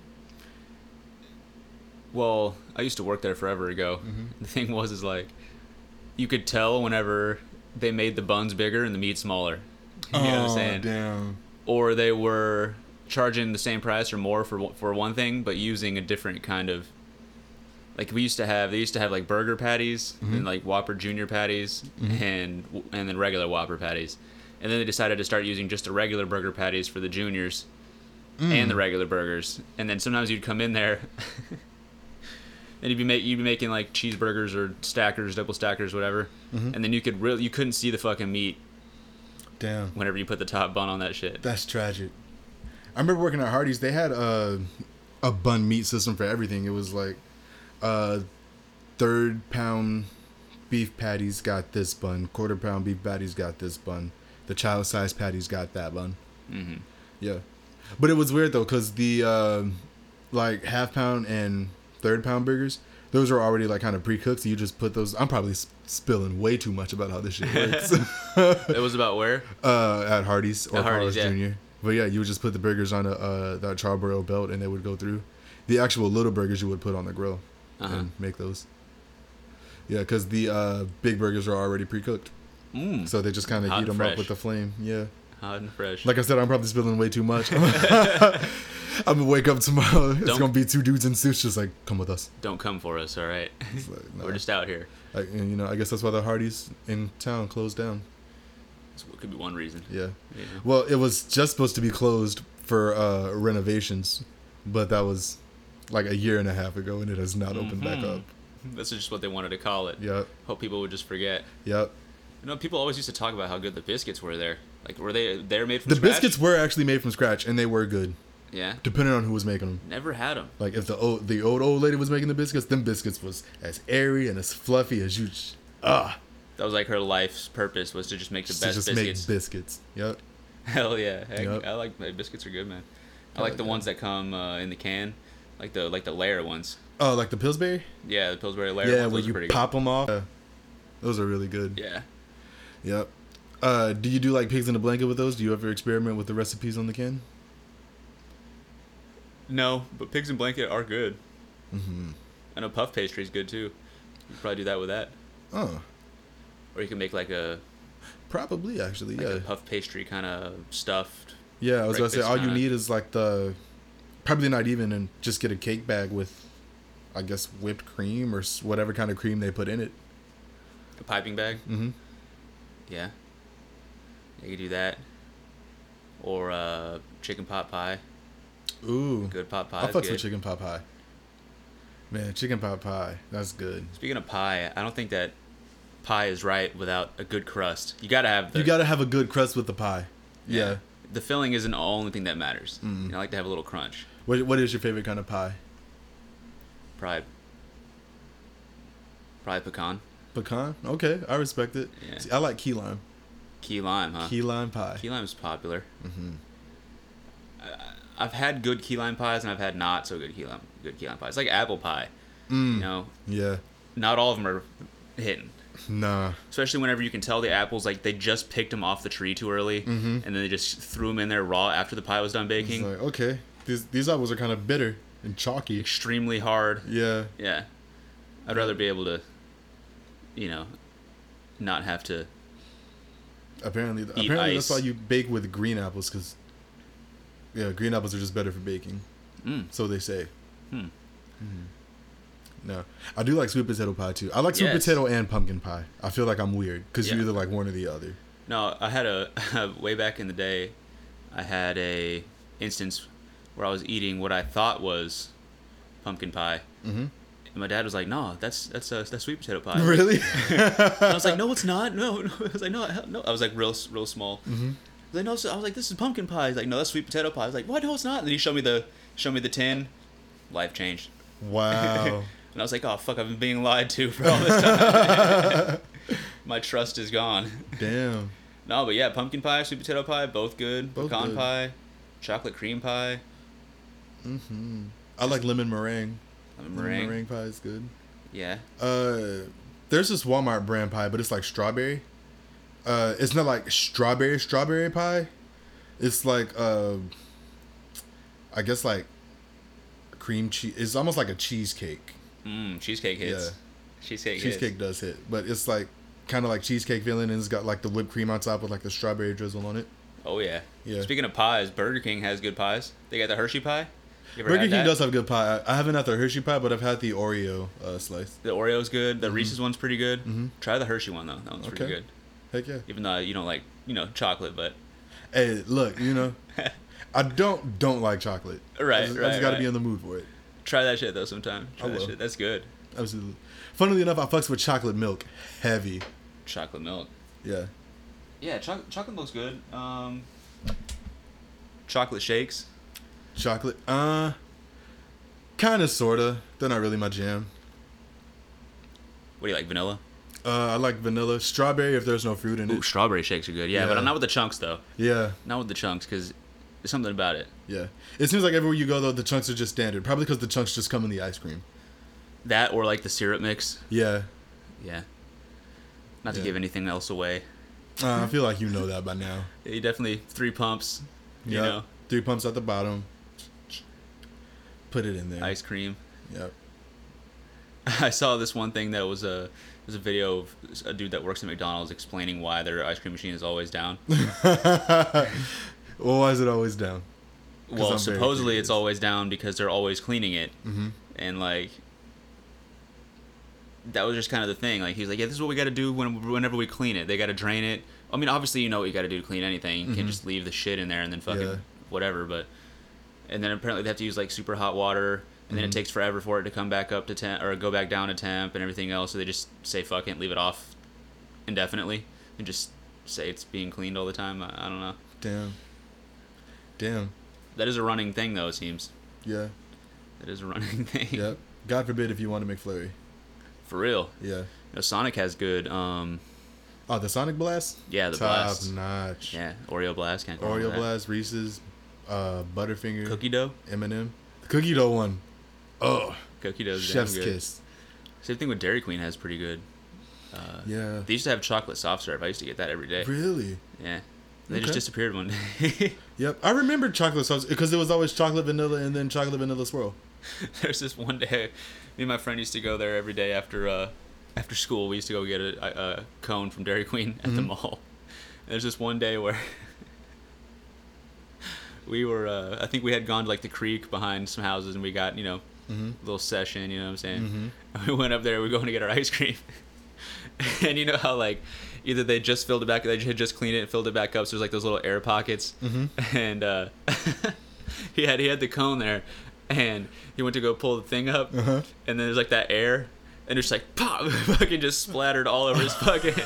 Well, I used to work there forever ago. The thing was, is like, you could tell whenever they made the buns bigger and the meat smaller. You know what I'm
Aw,
saying?
Damn.
Or they were charging the same price or more for one- for one thing, but using a different kind of. Like we used to have, they used to have like burger patties and like Whopper Junior patties and and then regular Whopper patties, and then they decided to start using just the regular burger patties for the juniors, and the regular burgers. And then sometimes you'd come in there, <laughs> and you'd be make, you'd be making like cheeseburgers or stackers, double stackers, whatever. And then you could really you couldn't see the fucking meat
Damn.
whenever you put the top bun on that shit.
<laughs> That's tragic. I remember working at Hardee's. They had a a bun meat system for everything. It was like, uh, third pound beef patties got this bun. Quarter pound beef patties got this bun. The child size patties got that bun. Mm-hmm. Yeah, but it was weird though, cause the uh, like half pound and third pound burgers. Those are already like kind of pre cooked, so you just put those. I'm probably s- spilling way too much about how this shit works.
It was about where?
uh, at Hardee's or
At
Carl's
Hardee's, yeah.
Jr. But yeah, you would just put the burgers on a uh, that charbroil belt, and they would go through. The actual little burgers you would put on the grill
Uh-huh.
and make those. Yeah, because the uh, big burgers are already pre-cooked,
Mm,
so they just kind of
Hot
heat them
and
up
fresh.
with the flame. Yeah,
hot and fresh.
like I said, I'm probably spilling way too
<laughs>
much. <laughs> I'm gonna wake up tomorrow. It's
Don't-
gonna be two dudes in suits, just like come with us.
Don't come for us, all right? <laughs>
It's like, nah.
We're just out here.
Like, and, you know, I guess that's why the Hardee's in town closed down.
That's what could be one reason.
Yeah.
you know?
Well, it was just supposed to be closed for uh, renovations, but that was like a year and a half ago, and it has not opened back
Mm-hmm.
up.
This is just what they wanted to call it.
Yep,
Hope people would just forget.
yep.
You know, people always used to talk about how good the biscuits were there. Like, were they they're made from
The
scratch?
biscuits were actually made from scratch, and they were good,
Yeah,
depending on who was making them.
never had them.
Like if the old the old old lady was making the biscuits, them biscuits was as airy and as fluffy as you. sh- Ah,
That was like her life's purpose was to just make the
to
best
just
biscuits.
make biscuits. Yep.
<laughs> Hell yeah, Heck,
Yep.
I like biscuits are good, man. I,
I
like,
like
the
that.
ones that come uh, in the can, like the like the layer ones.
Oh, like the Pillsbury.
Yeah, the Pillsbury layer
yeah,
ones.
where
Those are
you
pretty
pop them off. Yeah. Those are really good.
good. Yeah,
Yep. Uh, do you do like pigs in a blanket with those? Do you ever experiment with the recipes on the can?
No, but pigs in blanket are good. Mm-hmm. I know puff pastry's good too. You could probably do that with that,
Oh,
or you can make like a
probably actually.
like
Yeah.
a puff pastry kind of stuffed.
Yeah, I was gonna say
breakfast
all you
kinda.
need is like the probably not even and just get a cake bag with, I guess whipped cream or s- whatever kind of cream they put in it.
A piping bag?
Mhm.
Yeah. You could do that. Or uh, chicken pot pie.
Ooh,
Good pot pie.
I
is
fucks
good.
with chicken pot pie. Man, chicken pot pie, that's good.
Speaking of pie, I don't think that pie is right without a good crust. You gotta have the.
You gotta have a good crust with the pie. Yeah. Mm-hmm.
The filling isn't the only thing that matters. You know, I like to have a little crunch.
What What is your favorite kind of pie?
Pride. Pride pecan.
Pecan. Okay, I respect it.
Yeah.
See, I like key lime.
Key lime, huh?
Key lime pie.
Key lime is popular. Mm-hmm. I, I've had good key lime pies and I've had not so good key lime good key lime pies. Like apple pie. You know,
yeah.
not all of them are hitting.
Nah.
Especially whenever you can tell the apples like they just picked them off the tree too early, and then they just threw them in there raw after the pie was done
It's
baking.
like okay, these these apples are kind of bitter and chalky.
Extremely hard.
Yeah.
Yeah, I'd rather be able to, you know, not have to.
Apparently, apparently that's
ice.
why you bake with green apples because yeah, green apples are just better for baking.
Mm.
So they say. Hmm. No, I do like sweet potato pie too. I like sweet
Yes.
potato and pumpkin pie. I feel like I'm weird because you
Yeah.
either like one or
<laughs>
the other.
No, I had a <laughs> way back in the day, I had a instance where I was eating what I thought was pumpkin pie, mm-hmm. and my dad was like, "No, that's that's uh, that's sweet potato pie."
Really?
I was like, no, it's not. No, <laughs> no. I was like, no, hell, no. I was like, real, real small. Mm-hmm. I was like, no. So I was like, this is pumpkin pie. He's like, no, that's sweet potato pie. I was like, what? No, it's not. And then he showed me the, showed me the tin. Life changed. <laughs>
wow.
And I was like, oh fuck, I've been being lied to for all this time. <laughs> My trust is gone.
Damn.
No, but yeah, pumpkin pie, sweet potato pie, both good.
Both
Pecan
good.
pie, chocolate cream pie,
I like lemon meringue.
lemon
Lemon
meringue.
meringue pie is good.
Yeah.
Uh, there's this Walmart brand pie, but it's like strawberry. Uh, it's not like strawberry strawberry pie. It's like uh, I guess like cream cheese. It's almost like a cheesecake.
Mmm, cheesecake hits. Cheesecake,
Cheesecake
hits.
does hit, but it's like kind of like cheesecake filling, and it's got like the whipped cream on top with like the strawberry drizzle on it.
Oh yeah.
Yeah.
Speaking of pies, Burger King has good pies. They got the Hershey pie. You ever
Burger
had
King
that?
does have good pie. I I haven't had the Hershey pie, but I've had the Oreo uh, slice.
The Oreo's good. The Reese's one's pretty good. Try the Hershey one though. That one's pretty
Mm-hmm. Okay.
good.
Heck yeah.
Even though you don't like you know chocolate, but
Hey, look,
<laughs>
you know, I don't don't like chocolate.
Right,
I just, I
right,
just got to
right.
be in the mood for it.
try that shit though sometime. Try
I
that
will.
shit. That's good.
Absolutely. Funnily enough, I fucks with chocolate milk heavy.
Chocolate milk.
Yeah.
Yeah, choc- chocolate milk's good. Um, chocolate shakes.
Chocolate. Uh. Kind of, sorta. They're not really my jam.
What do you like? Vanilla.
Uh, I like vanilla, strawberry if there's no fruit in
Ooh,
it.
strawberry shakes are good. Yeah, but
Yeah.
I'm not with the chunks though.
Yeah,
Not with the chunks because there's something about it.
yeah. It seems like everywhere you go though, the chunks are just standard. Probably because the chunks just come in the ice cream.
That or like the syrup mix.
Yeah.
Yeah. Not to
Yeah.
give anything else away.
Uh, I feel like you know that by now.
You definitely three pumps. You
Yeah.
know,
Three pumps at the bottom. Put it in there.
ice cream. <laughs>
Yep.
I saw this one thing that was a it was a video of a dude that works at McDonald's explaining why their ice cream machine is always down.
Well, why is it always down?
well,
I'm very
supposedly
curious.
it's always down because they're always cleaning it, mm-hmm. and like that was just kind of the thing. Like he was like, "Yeah, this is what we got to do when whenever we clean it. They got to drain it. I mean, obviously you know what you got to do to clean anything. You can't just leave the shit in there and then fucking
Mm-hmm. Yeah.
whatever." But and then apparently they have to use like super hot water. And
Mm-hmm.
then it takes forever for it to come back up to temp or go back down to temp and everything else. So they just say fuck it, and leave it off indefinitely, and just say it's being cleaned all the time. I, I don't know.
Damn. Damn.
That is a running thing though. It seems. <laughs>
Yeah.
That is a running <laughs> thing.
Yep. God forbid if you want to McFlurry.
For real.
Yeah.
You know, Sonic has good, um,
Oh, the Sonic Blast.
Yeah, the
Top
Blast.
notch.
yeah, Oreo Blast. Can't call it
Oreo
that.
Blast, Reese's, uh, Butterfinger,
Cookie dough.
M&M, the cookie dough one. Oh,
Cookie dough.
chef's
good.
kiss.
Same thing with Dairy Queen has pretty good.
yeah.
Uh, They used to have chocolate soft serve. I used to get that every day.
Really?
Yeah. They just
Okay.
disappeared one day. <laughs>
Yep, I remember chocolate sauce because it was always chocolate vanilla and then chocolate vanilla swirl.
There's this one day, me and my friend used to go there every day after uh, after school. We used to go get a, a, a cone from Dairy Queen at the
Mm-hmm.
mall. And there's this one day where <laughs> we were, uh, I think we had gone to like the creek behind some houses, and we got you know a little session. You know what I'm saying? And <laughs> we went up there. We were going to get our ice cream, <laughs> and you know how like either they just filled it back, they had just cleaned it and filled it back up. So there's like those little air pockets, <laughs> and uh, he had he had the cone there, and he went to go pull the thing up, and then there's like that air, and it's like pop, <laughs> fucking just splattered all over his fucking. <laughs>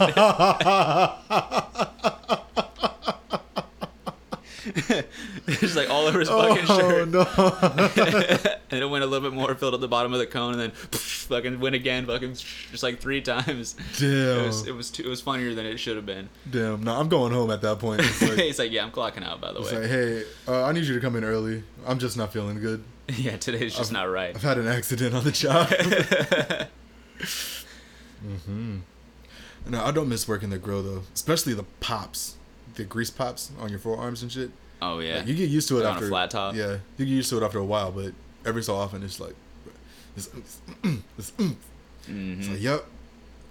It's like all over his <laughs> fucking shirt,
Oh, no!
and it went a little bit more, filled up the bottom of the cone, and then <laughs> fucking went again, fucking <laughs> just like three times. <laughs> It was
Damn,
it was, too, it was funnier than it should have been.
damn. No, I'm going home at that point.
<laughs>
It's like,
it's like yeah, I'm clocking out by the
it's
way.
like, hey, uh, I need you to come in early. I'm just not feeling good.
<laughs> yeah, today's just not right.
I've had an accident on the job.
<laughs>
mm-hmm. No, I don't miss working the grill though, especially the pops, the grease pops on your forearms and shit.
Oh yeah,
You get used to it
On a
after
flat top.
Yeah, you get used to it after a while, but every so often it's like, it's, <clears throat> it's, it's,
Mm-hmm.
it's like, yep,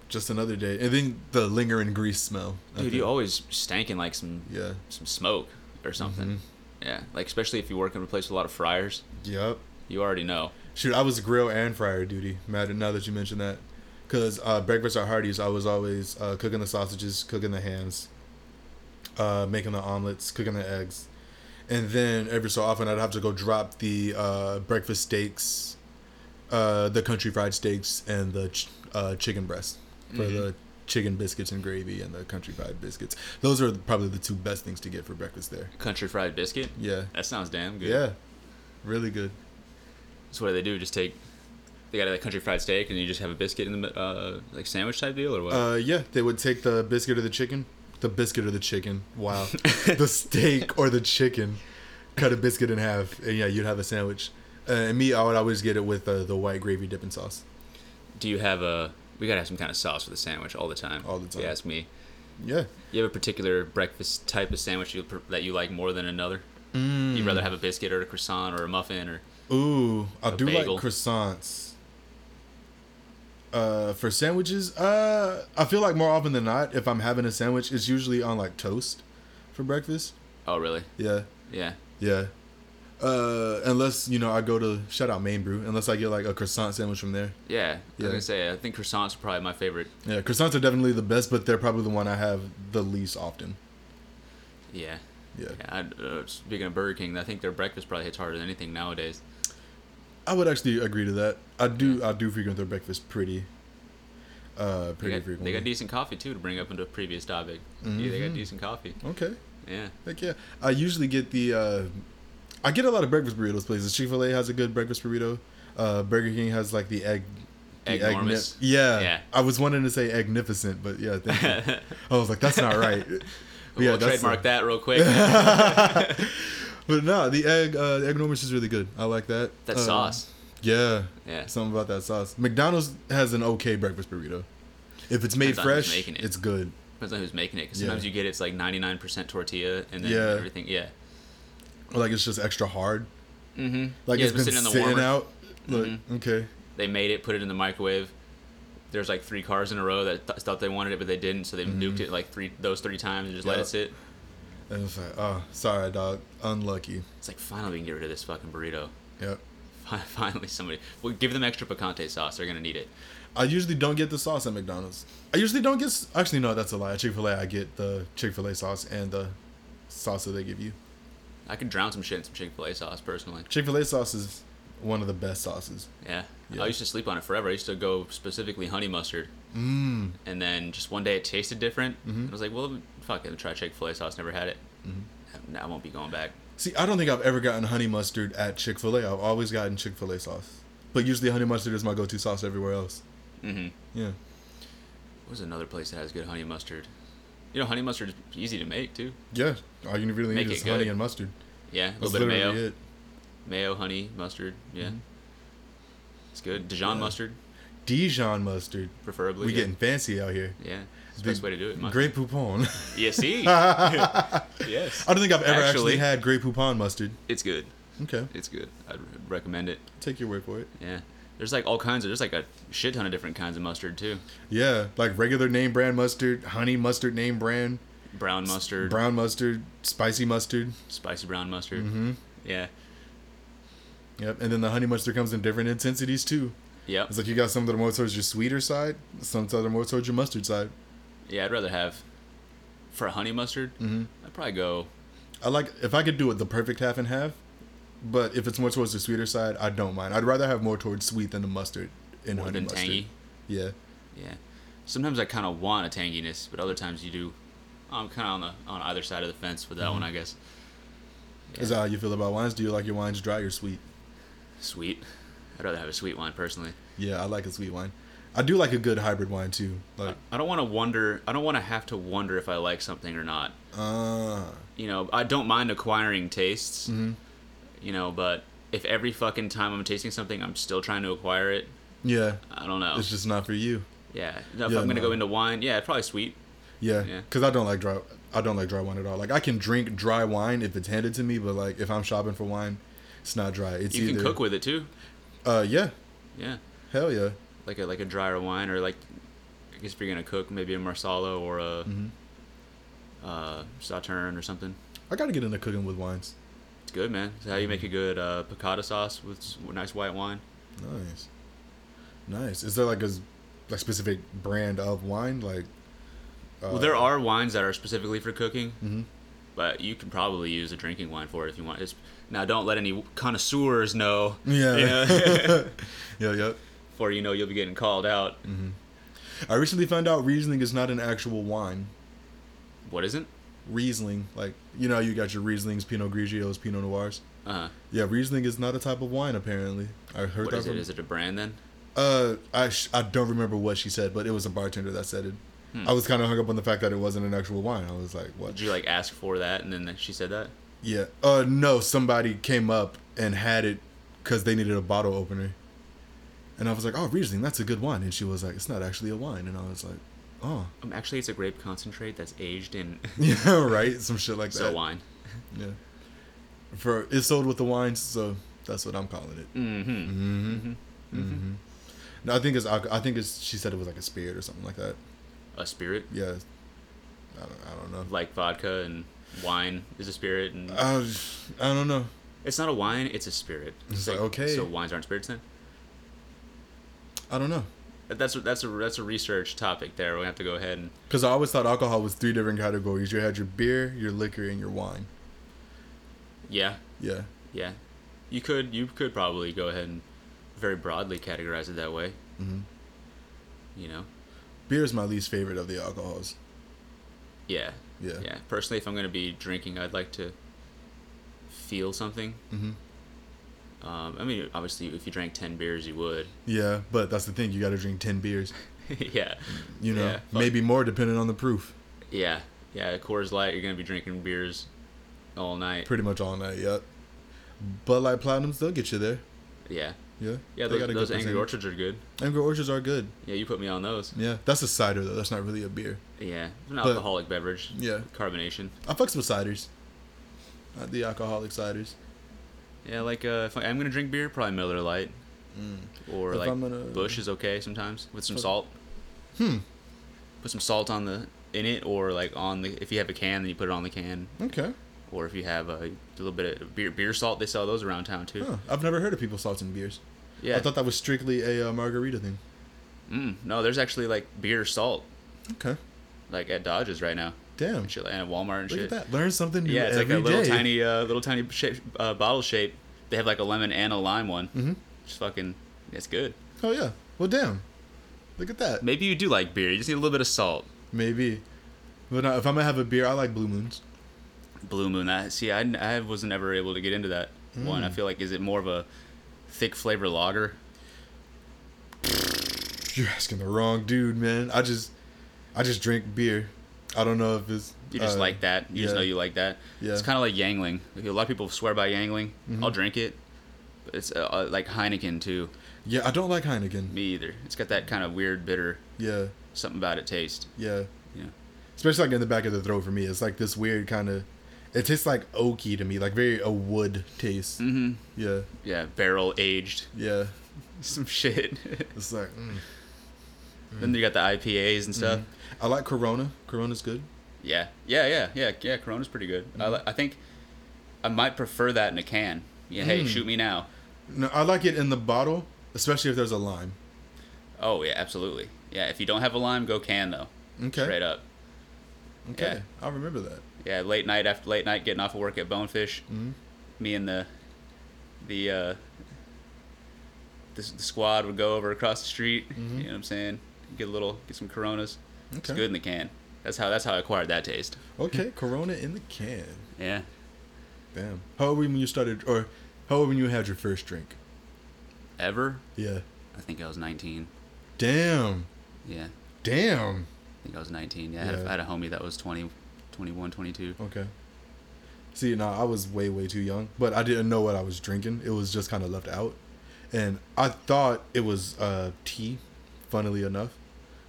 just another day. And then the lingering grease smell. I
dude,
think.
you always stanking like some
yeah, Mm-hmm.
some smoke or something. Yeah, like especially if you work in a place with a lot of fryers,
yep.
you already know.
Shoot, I was grill and fryer duty. Matter now that you mention that, because uh, breakfast at Hardee's, I was always uh, cooking the sausages, cooking the hams, uh, making the omelets, cooking the eggs, and then every so often I'd have to go drop the uh, breakfast steaks, uh, the country fried steaks, and the ch- uh, chicken breast for the chicken biscuits and gravy and the country fried biscuits. Those are probably the two best things to get for breakfast there.
Country fried biscuit.
Yeah,
That sounds damn good.
yeah, really good.
So what do they do? Just take they got a country fried steak and you just have a biscuit in the mi- uh, like sandwich type deal or what?
Uh, yeah, they would take the biscuit or the chicken. The biscuit or the chicken. Wow. the steak or the chicken. Cut a biscuit in half, and yeah, you'd have a sandwich. Uh, and me, I would always get it with uh, the white gravy dipping sauce.
do you have a we gotta have some kind of sauce for the sandwich all the time.
All the
if
time.
You ask me.
Yeah.
You have a particular breakfast type of sandwich you, pr- that you like more than another?
Mm.
You'd rather have a biscuit or a croissant or a muffin or
Ooh, I do
bagel.
like croissants. Uh, for sandwiches, uh, I feel like more often than not, if I'm having a sandwich, it's usually on like toast for breakfast.
oh really?
Yeah.
Yeah.
Yeah. Uh, unless you know, I go to shout out Main Brew. Unless I get like a croissant sandwich from there.
Yeah, I
Yeah.
was gonna say I think croissants are probably my favorite.
Yeah, croissants are definitely the best, but they're probably the one I have the least often.
Yeah,
Yeah.
yeah I, uh, speaking of Burger King, I think their breakfast probably hits harder than anything nowadays.
I would actually agree to that. I do I do frequent their breakfast pretty uh
They
pretty
got, they
frequently. Mm-hmm.
got decent coffee too. To bring up into a previous topic, yeah, they got decent coffee.
okay.
Yeah, <laughs>
Heck yeah. I usually get the uh I get a lot of breakfast burritos places. Chick-fil-A has a good breakfast burrito. Uh Burger King has like the egg the
Egg
nip-
Normus.
yeah.
Yeah.
I was wanting to say egnificent, but yeah, thank
<laughs>
you. I was like, that's not right.
we'll
that's-
trademark that real
<laughs>
quick.
But no, the egg uh the egg Normus is really good. I like that.
that
Uh,
sauce.
Yeah.
Yeah.
Something about that sauce. McDonald's has an okay breakfast burrito. If it's made
Depends on who's
fresh,
making it.
it's good.
Depends on who's making it. Cause
Yeah.
sometimes you get it's like 99% tortilla and then
Yeah.
everything. Yeah,
Or like it's just extra hard.
mm-hmm.
Like
yeah,
it's been sitting,
warmer. Mm-hmm.
out. Like okay,
They made it, put it in the microwave. There's like three cars in a row that th- thought they wanted it, but they didn't, so they
Mm-hmm.
nuked it like three those three times and just let
Yep.
it sit.
and it's like oh sorry dog, unlucky.
It's like finally we can get rid of this fucking burrito. <laughs>
Yep.
Fi- Finally, somebody. Well, give them extra picante sauce. They're gonna need it.
I usually don't get the sauce at McDonald's. I usually don't get. s- Actually, no, that's a lie. At Chick Fil A, I get the Chick Fil A sauce and the sauce that they give you.
I could drown some shit in some Chick Fil A sauce, personally.
Chick Fil A sauce is one of the best sauces.
Yeah.
Yeah.
I used to sleep on it forever. I used to go specifically honey mustard. Mm. And then just one day it tasted different.
Mm-hmm.
I was like, well, fuck it, try Chick Fil A sauce. Never had it.
Mm-hmm.
mm I won't be going back.
See, I don't think I've ever gotten honey mustard at Chick Fil A. I've always gotten Chick Fil A sauce, but usually honey mustard is my go-to sauce everywhere else.
Mm-hmm.
Yeah.
What was another place that has good honey mustard? You know, honey mustard's easy to make too.
Yeah, all you really
Make
need
it
is honey
good.
and mustard.
Yeah, a
That's
little bit of
literally
mayo,
it. Mm-hmm.
mayo, honey, mustard. Yeah, it's good. Dijon
Yeah.
mustard,
Dijon mustard.
preferably.
We
yeah.
getting fancy out here.
yeah. It's the best way to do it. in my-
Great poupon. <laughs>
Yeah, see? yes.
I don't think I've ever actually,
Actually.
had great poupon mustard.
It's good.
Okay,
It's good. I'd re- recommend it.
take your word for it.
Yeah. There's like all kinds of, there's like a shit ton of different kinds of mustard too.
Yeah, like regular name brand mustard, honey mustard name brand,
Brown mustard,
brown mustard, spicy mustard.
spicy brown mustard. Mm-hmm. Yeah.
Yep, and then the honey mustard comes in different intensities too.
Yep.
It's like you got some that are more towards your sweeter side, some that are more towards your mustard side.
Yeah, I'd rather have for a honey mustard.
Mm-hmm.
I'd probably go.
I like if I could do it the perfect half and half, but if it's more towards the sweeter side, I don't mind. I'd rather have more towards sweet than the mustard and
More
honey
than
mustard.
tangy?
Yeah,
Yeah. Sometimes I kind of want a tanginess, but other times you do. I'm kind of on the on either side of the fence with that
Mm-hmm.
one, I guess.
is
Yeah.
that how you feel about wines? Do you like your wines dry or sweet?
Sweet. I'd rather have a sweet wine personally.
Yeah, I like a sweet wine. I do like a good hybrid wine too. Like,
I don't want to wonder. I don't want to have to wonder if I like something or not.
uh,
You know, I don't mind acquiring tastes.
Mm-hmm.
You know, but if every fucking time I'm tasting something, I'm still trying to acquire it.
yeah,
I don't know.
it's just not for you.
yeah. Now, if
Yeah,
I'm gonna
no.
go into wine, yeah, probably sweet.
Yeah,
Yeah.
because I don't like dry. I don't like dry wine at all. Like I can drink dry wine if it's handed to me, but like if I'm shopping for wine, it's not dry. It's
You
either
can cook with it too.
Uh, yeah,
Yeah.
hell yeah.
like a like a drier wine or like I guess if you're gonna cook maybe a marsala or a uh, sauterne or something.
I gotta get into cooking with wines.
It's good, man. It's how you make a good uh, piccata sauce with s- with nice white wine.
Nice, nice. Is there like a s- like specific brand of wine? Like, uh,
well, there are wines that are specifically for cooking, but you can probably use a drinking wine for it if you want. It's, now, don't let any connoisseurs know.
Yeah.
you
<laughs>
know, <laughs>
Yeah, yeah.
before you know, you'll be getting called out.
I recently found out Riesling is not an actual wine.
What isn't?
Riesling, like you know, you got your Rieslings, Pinot Grigios, Pinot Noirs.
Uh,
Yeah, Riesling is not a type of wine. Apparently, I heard
what
that
is it?
from.
Is it a brand then?
Uh, I sh- I don't remember what she said, but it was a bartender that said it. I was kind of hung up on the fact that it wasn't an actual wine. I was like, what?
Hmm. Did you like ask for that and then she said that?
Yeah. Uh, no, somebody came up and had it because they needed a bottle opener, and I was like, oh, Riesling, that's a good wine. And she was like, it's not actually a wine, and I was like, oh, <laughs>
Um, actually, it's a grape concentrate that's aged in
yeah, right, some shit like
so
that.
wine.
Yeah. For it's sold with the wines, so that's what I'm calling it. Mm-hmm.
Mm-hmm.
No, I think it's alco- I think it's she said it was like a spirit or something like that.
a spirit
Yeah. I don't, I don't know.
like vodka and wine is a spirit and
I, I don't know.
it's not a wine it's a spirit
It's like, okay.
so wines aren't spirits then
I don't know.
That- that's a- that's a that's a research topic there we have to go ahead and
Because I always thought alcohol was three different categories. You had your beer, your liquor, and your wine.
yeah
Yeah.
yeah you could you could probably go ahead and very broadly categorize it that way
Mhm.
you know
Beer is my least favorite of the alcohols.
yeah
Yeah.
yeah personally if i'm going to be drinking i'd like to feel something
hmm
um, i mean obviously if you drank 10 beers you would <laughs>
Yeah, but that's the thing. You got to drink 10 beers.
yeah
You know,
Yeah, fuck.
maybe more depending on the proof.
yeah yeah coors light you're going to be drinking beers all night
Pretty much all night. Yep. Bud Light Platinums, they'll get you there.
Yeah.
Yeah.
Yeah,
They
those,
got a good
those Angry
percentage.
Orchards are good.
Angry Orchards are good.
Yeah, you put me on those.
Yeah. That's a cider, though. That's not really a beer.
Yeah. It's an
But-
alcoholic beverage.
Yeah.
Carbonation.
I fucks with ciders. Not the alcoholic ciders.
Yeah, like uh, if I, am gonna drink beer, probably Miller Lite. Or
Mm. If
like
I'm gonna-
Bush is okay sometimes with some
Fuck. Hmm.
salt. Put some salt on the in it, or like on the if you have a can, then you put it on the can.
Okay.
Or if you have a little bit of beer beer salt, they sell those around town too.
Huh. I've never heard of people salting beers.
Yeah.
I thought that was strictly a uh, margarita thing.
mm, no, there's actually like beer salt
Okay.
like at Dodge's right now
Damn.
and shit, like- and at Walmart and
Look
shit.
at that. Learn something new
Yeah, it's like a
every
little
day.
tiny, uh, little tiny shape, uh, bottle shape. They have like a lemon and a lime one. Mm-hmm. Just fucking, it's good.
Oh yeah. Well, damn. Look at that.
Maybe you do like beer. You just need a little bit of salt.
Maybe. But no, if I'm gonna have a beer, I like Blue Moons.
Blue Moon. That see, I, I was never able to get into that
Mm.
one. I feel like is it more of a thick flavor lager?
You're asking the wrong dude, man. I just, I just drink beer. I don't know if it's.
You just
uh,
like that. You just
yeah.
know you like that.
Yeah. Mm-hmm.
It's kind of like Yangling. A lot of people swear by Yangling. I'll drink it. But It's uh, uh, like Heineken too.
Yeah, I don't like Heineken.
Me either. It's got that kind of weird bitter
Yeah,
something about it taste.
yeah.
Yeah.
especially like in the back of the throat for me. It's like this weird kind of. It tastes like oaky to me, like very a wood taste. Mm-hmm. Yeah,
Yeah. Barrel aged.
yeah.
<laughs> Some shit.
It's like mm.
Then you got the IPAs and stuff.
I like Corona. Corona's good.
Yeah, yeah, yeah, yeah, yeah. Corona's pretty good. I li I, think I might prefer that in a can. Yeah, hey,
Mm.
shoot me now.
No, I like it in the bottle, especially if there's a lime.
Oh yeah, absolutely. Yeah, if you don't have a lime, go can though.
Okay.
Straight up.
Okay,
yeah.
I'll remember that.
Yeah, late night after late night, getting off of work at Bonefish.
Mm-hmm.
Me and the the uh, the, the squad would go over across the street. You know what I'm saying? Get a little, get some Coronas. It's
Mm-hmm. Okay.
good in the can. That's how that's how I acquired that taste.
<laughs> Okay, Corona in the can.
Yeah.
Damn. How old were you when you started, or how old were you when you had your first drink?
Ever?
Yeah.
I think I was 19.
Damn.
Yeah.
Damn.
I think I was 19. Yeah, I, had
Yeah. Oh.
a, I had a homie that was 20, 21, 22.
Okay. See, no, I was way, way too young, but I didn't know what I was drinking. It was just kind of left out, and I thought it was uh, tea, funnily enough,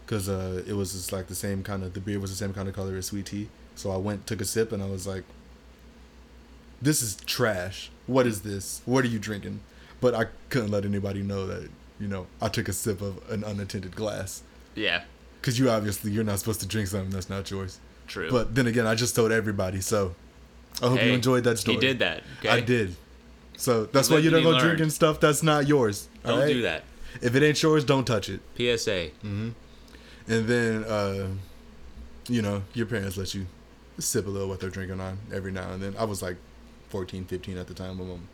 because uh, it was just like the same kind of the beer was the same kind of color as sweet tea. So I went, took a sip, and I was like, "This is trash. What is this? What are you drinking?" But I couldn't let anybody know that you know I took a sip of an unattended glass,
Yeah,
because you obviously you're not supposed to drink something that's not yours.
true.
But then again, I just told everybody, so I hope
Hey,
you enjoyed that story.
He did that. Okay?
I did. So that's why
lived
you don't
and he
go drinking
learned.
stuff that's not yours.
Don't
alright?
do that.
If it ain't yours, don't touch it.
PSA.
Mm. And then, uh, you know, your parents let you sip a little what they're drinking on every now and then. I was like 14, 15 at the time when mom,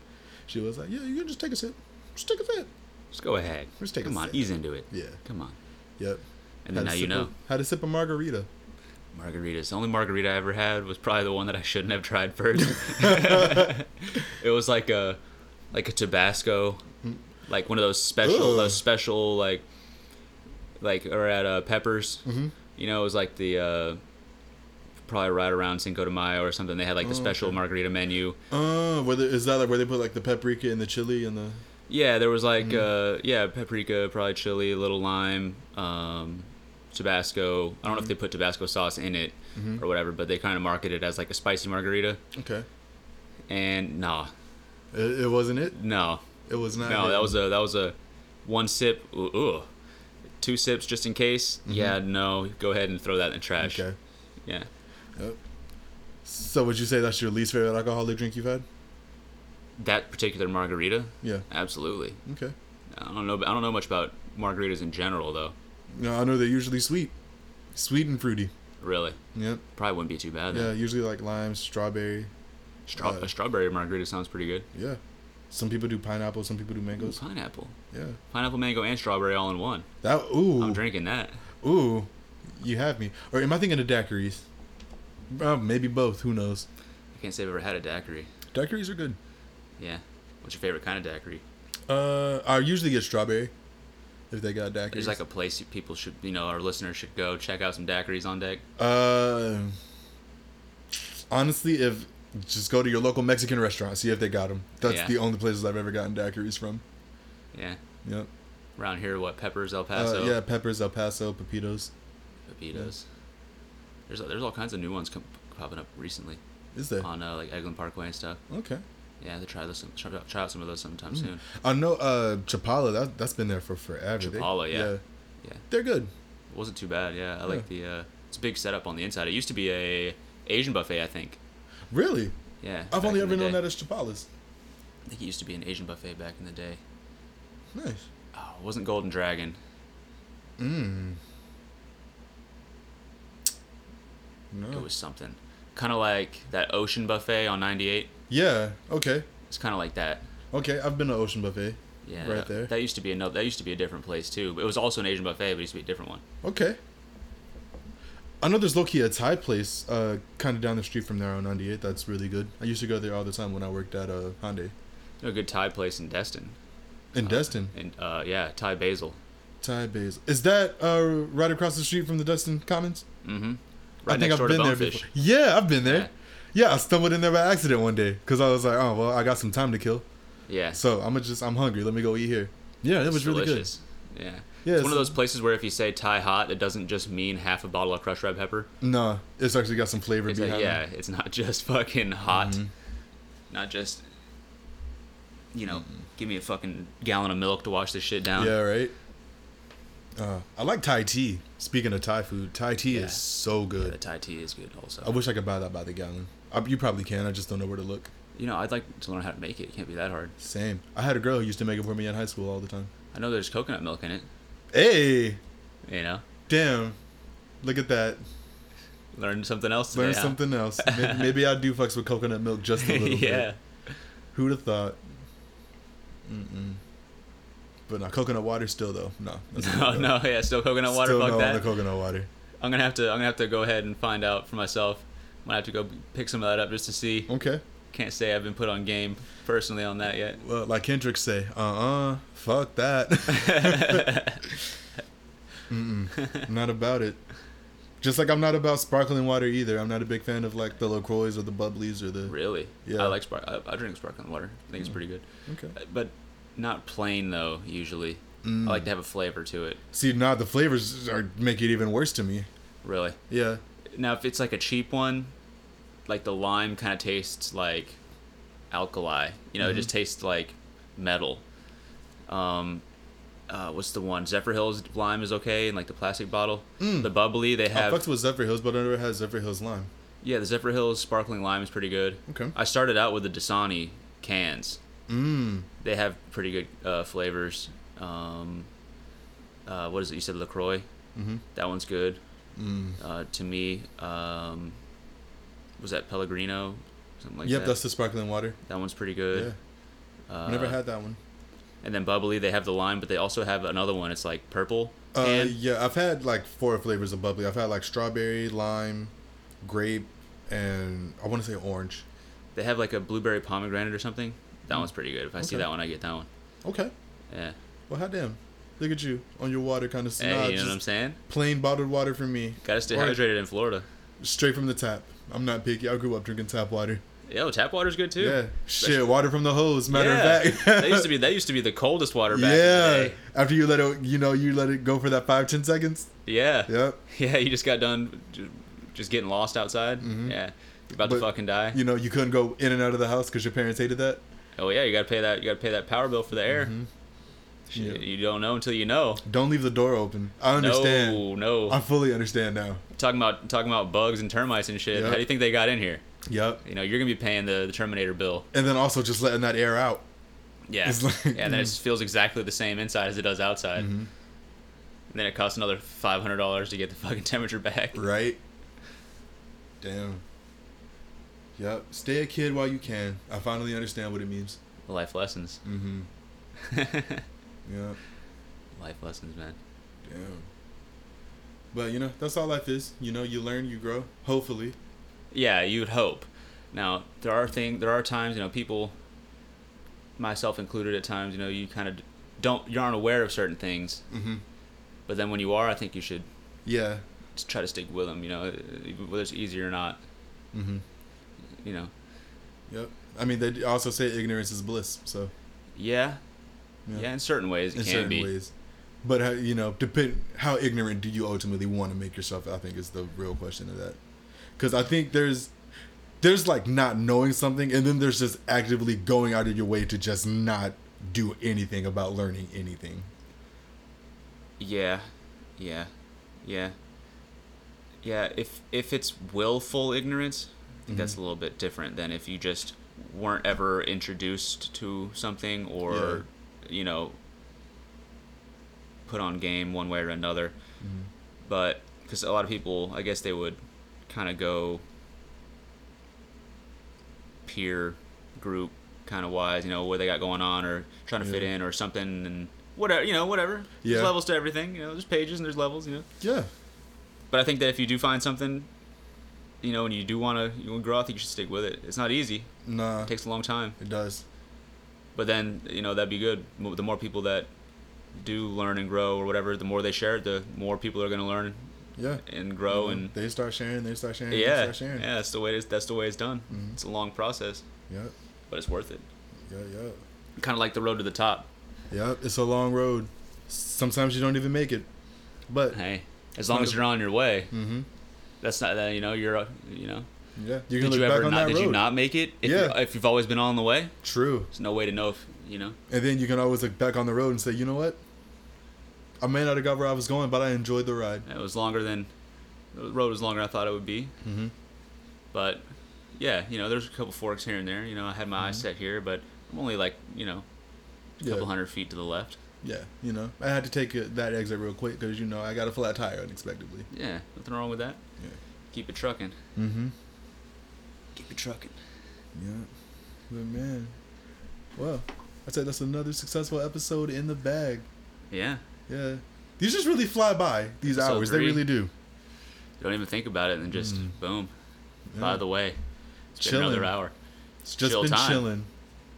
she was like, yeah, you can just take a sip. Just take a sip.
Just go ahead.
Let's take a
Come on,
sip.
ease into it.
Yeah.
Come on.
Yep.
And then
Had a
now you
sip
know.
of- Had to sip a margarita.
Margaritas. The only margarita I ever had was probably the one that I shouldn't have tried first. <laughs> it was like a like a Tabasco, like one of those special
Ugh.
those special like like or at uh, Peppers. You know, it was like the uh, probably right around Cinco de Mayo or something. They had like the special margarita menu.
Uh, where they, is that like where they put like the paprika and the chili and the.
Yeah, there was like uh yeah, paprika, probably chili, a little lime, um Tabasco. I don't know if they put Tabasco sauce in it or whatever, but they kind of market it as like a spicy margarita.
Okay.
And nah,
It, it wasn't it.
no,
It was not.
no,
it.
that was a that was a one sip, ooh, ooh. two sips just in case. Yeah, no, go ahead and throw that in the trash.
Mm-hmm. Okay.
Yeah,
So would you say that's your least favorite alcoholic drink you've had?
that particular margarita,
Yeah.
absolutely.
Okay.
I don't know, I don't know much about margaritas in general though.
No, I know they're usually sweet, sweet and fruity.
Really,
Yep.
probably wouldn't be too bad.
Yeah.
Then.
Usually like lime, strawberry.
Stra-
uh,
a strawberry margarita sounds pretty good.
Yeah. Some people do pineapple. Some people do
Ooh,
mangoes.
pineapple.
Yeah.
Pineapple, mango, and strawberry all in one.
That
I'm
ooh
drinking that.
ooh, you have me. Or am I thinking of daiquiris? Uh, maybe both. Who knows?
I can't say I've ever had a daiquiri.
Daiquiris are good.
Yeah. What's your favorite kind of daiquiri?
Uh, I usually get strawberry, if they got daiquiris.
There's like a place you- people should, you know, our listeners should go check out some daiquiris on deck.
Uh, honestly, if just go to your local Mexican restaurant, see if they got them. That's
Yeah.
the only places I've ever gotten daiquiris from.
Yeah.
Yep.
Around here, what peppers, El
Uh,
Paso,
yeah, peppers, El Paso, pepitos.
pepitos. There's there's all kinds of new ones com- popping up recently
Is there?
on uh, like Eglin Parkway and stuff.
Okay.
Yeah, I have to try those. Some, try, out- try out some of those sometime
Mm.
soon.
I know uh Chapala. That that's been there for forever. They-
Chapala, yeah. Yeah.
They're good.
It wasn't too bad. Yeah, I like the. Uh, it's a big setup on the inside. It used to be a Asian buffet, I think.
Really,
Yeah.
I've
back
only
in
ever
the
known
day.
that as Chapala's.
I think it used to be an Asian buffet back in the day.
Nice.
Oh, it wasn't Golden Dragon. It
No.
was something. Kind of like that Ocean Buffet on 98.
yeah. Okay.
It's kind of like that.
Okay. I've been to Ocean Buffet.
Yeah.
Right there.
That used to be another. That used to be a different place too. But it was also an Asian buffet, but it used to be a different one.
Okay. I know there's low-key a Thai place uh, kind of down the street from there on 98 that's really good. I used to go there all the time when I worked at uh, Hyundai.
A good Thai place in Destin,
In Destin.
and uh, yeah, Thai Basil.
Thai Bays. Is that uh, right across the street from the Destin Commons?
Right next door to Bonefish.
before. Yeah, I've been there. Yeah. I stumbled in there by accident one day because I was like, oh, well, I got some time to kill.
Yeah.
So I'm gonna just, I'm hungry. Let me go eat here. Yeah, it was
it's
really good.
delicious. Yeah.
Yeah,
it's one
so-
of those places where if you say Thai hot, it doesn't just mean half a bottle of crushed red pepper.
No, it's actually got some flavor
It's like,
behind
yeah,
it.
it's not just fucking hot.
Mm-hmm.
Not just, you know, give me a fucking gallon of milk to wash this shit down.
Mm-hmm. Yeah, right. Uh, I like Thai tea. Speaking of Thai food, Thai tea
Yeah.
is so
Yeah, the
good.
Thai tea is good also.
I wish I could buy that by the gallon. I, you probably can. I just don't know where to look.
you know, I'd like to learn how to make it. It can't be that hard.
Same. I had a girl who used to make it for me in high school all the time.
I know there's coconut milk in it,
Hey,
you know?
damn! Look at that.
Learn something else today.
Learn
huh? <laughs>
something else. Maybe, maybe I do fucks with coconut milk just a little bit.
yeah.
Who'd have thought? Mm-mm. But no, coconut water still though. No. that's
<laughs>
not
No,
good.
no, yeah, still coconut water.
Still
fuck
no on
that.
the coconut water.
I'm gonna have to. I'm gonna have to go ahead and find out for myself. I'm gonna have to go pick some of that up just to see.
Okay.
Can't say I've been put on game personally on that yet.
Well, like Kendrick say, uh uh
<laughs>
fuck that. Mm-mm. Not about it. Just like I'm not about sparkling water either. I'm not a big fan of like the LaCroix or the Bubblies or the.
Really?
Yeah.
I like spark. I, I drink sparkling water. I think it's pretty good,
Okay.
but not plain though. Usually, I like to have a flavor to it.
See, now the flavors are make it even worse to me.
Really.
Yeah.
Now, if it's like a cheap one, like the lime kind of tastes like alkali. You know, it just tastes like metal. Um, uh, what's the one? Zephyr Hills lime is okay, and like the plastic bottle. The bubbly they
I
have.
fucked with Zephyr Hills, but I never had Zephyr Hills lime.
Yeah, the Zephyr Hills sparkling lime is pretty good.
Okay.
I started out with the Dasani cans.
Mmm.
They have pretty good uh, flavors. Um, uh, what is it? You said Lacroix.
Mhm.
That one's good.
Mm.
Uh, to me, um, was that Pellegrino? Something like
yep,
that.
that's the sparkling water.
That one's pretty
Yeah.
good. Uh,
Never had that one.
And then bubbly, they have the lime, but they also have another one. It's like purple.
Uh,
and
yeah, I've had like four flavors of bubbly. I've had like strawberry, lime, grape, and I want to say orange.
they have like a blueberry pomegranate or something. That one's pretty good. If I see
Mm. Okay.
that one, I get that one.
Okay.
Yeah.
Well, hot damn. Look at you on your water kind of
Hey,
nah,
you know what I'm
just
saying?
plain bottled water for me.
Gotta stay
Or-
hydrated in Florida.
Straight from the tap. I'm not picky. I grew up drinking tap water.
Yo, tap water's good too.
Yeah. Shit, water from the hose. Matter
Yeah.
of fact.
that used to be that used to be the coldest water
<laughs>
back in
yeah.
the day.
After you let it, you know, you let it go for that five ten seconds.
Yeah.
Yep.
<laughs> Yeah, you just got done ju- just getting lost outside. Yeah. You're about to
Mm-hmm. But-
fucking die.
You know, you couldn't go in and out of the house because your parents hated that.
oh yeah, you gotta pay that you gotta pay that power bill for the air. Shit,
Mm-hmm. Yeah.
You don't know until you know.
Don't leave the door open. I understand.
No, no.
I fully understand now.
talking about talking about bugs and termites and shit.
Yeah.
How do you think they got in here?
Yep.
You know, you're gonna be paying the, the Terminator bill.
And then also just letting that air out.
Yeah.
It's like- Mm-hmm.
yeah, and then it feels exactly the same inside as it does outside. And then it costs another five hundred dollars to get the fucking <laughs> temperature back.
Right? Damn. Yep. Stay a kid while you can. I finally understand what it means.
Life lessons.
Mm-hmm. Yep.
Life lessons, man.
Damn. But you know, that's all life is. You know, you learn, you grow. Hopefully.
yeah you would hope now there are things there are times you know people myself included at times you know you kind of don't you aren't aware of certain things
Mm-hmm.
but then when you are i think you should
Yeah.
just try to stick with them you know uh, whether it's easy or not
Mm-hmm.
you know
Yep. I mean, they also say ignorance is bliss. So
yeah
Yeah.
yeah, in certain ways it
in
can
certain
be
ways. But how, you know, depend how ignorant do you ultimately want to make yourself? I think is the real question of that. Because I think there's there's like not knowing something, and then there's just actively going out of your way to just not do anything about learning anything.
yeah yeah yeah yeah if if it's willful ignorance I think that's a little bit different than if you just weren't ever introduced to something or you know put on game one way or another but because a lot of people i guess they would kind of go peer group kind of wise you know what they got going on or trying to fit
Yeah.
in or something and whatever you know whatever
Yeah.
there's levels to everything you know there's pages and there's levels you know
Yeah,
but I think that if you do find something, you know, and you do want to you want to grow, I think you should stick with it. It's not easy.
nah,
It takes a long time.
it does.
But then, you know, that'd be good. Mo- The more people that do learn and grow or whatever, the more they share, it, the more people are going to learn
Yeah,
and grow and
they start sharing, they start sharing, they
yeah.
start sharing.
Yeah, that's the way it is, that's the way it's done.
Mm-hmm.
It's a long process,
Yep,
but it's worth it.
yep, yep,
Kind of like the road to the top.
yep. It's a long road. Sometimes you don't even make it, but
Hey, as long as you're on your way, mm-hmm. that's not that you know you're uh, you know.
yeah, you
Did
can look
you
back
ever
on
not?
that
Did
road.
you not make it? If,
Yeah.
you, if you've always been on the way,
True,
there's no way to know if you know.
and then you can always look back on the road and say, you know what, I may not have got where I was going, but I enjoyed the ride.
It was longer than the road was longer than I thought it would be. Mm-hmm. But yeah, you know, there's a couple forks here and there. You know, I had my eyes set here, but I'm only like you know a couple
Mm-hmm. Yeah.
hundred feet to the left.
Yeah, you know, I had to take it- that exit real quick because you know I got a flat tire unexpectedly.
Yeah, nothing wrong with that.
Yeah.
Keep it trucking.
Mm-hmm.
Keep it trucking.
Yeah, but man, well, I said that's another successful episode in the bag.
Yeah.
Yeah, these just really fly by these
Episode
hours. They
three.
really do.
Don't even think about it, and just boom.
Mm. Yeah.
By the way, it's been
Chilling.
another hour.
It's just
chill
been
time.
chilling. Mm-hmm.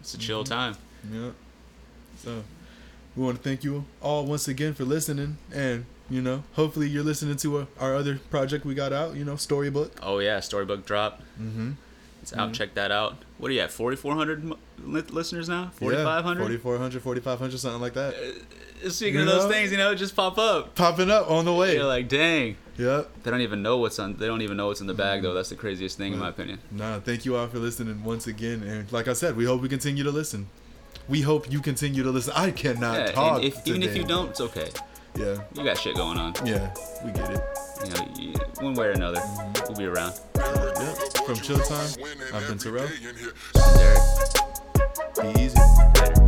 It's a chill time.
Yeah. So we want to thank you all once again for listening, and you know, hopefully you're listening to our, our other project we got out. You know, Storybook.
Oh yeah, Storybook drop.
Mm-hmm.
It's out. Check that out. What are you at? 4,400 m- li- listeners now. 4,500.
4,400, 4,500, something like that.
Speaking
You
of those
know?
things, you know, it just pop up.
Popping up on the way.
You're like, dang.
yep.
They don't even know what's on. They don't even know what's in the
Mm-hmm.
bag though. That's the craziest thing in my opinion.
Nah, thank you all for listening once again. And like I said, we hope we continue to listen. We hope you continue to listen. I cannot
Yeah,
talk.
and if, even if
today.
you don't, it's okay.
Yeah,
You got shit going on.
yeah, we get it.
You know, you, one way or another, we'll be around.
From Chill Time, I've been Terrell.
Derek,
Be easy.
later.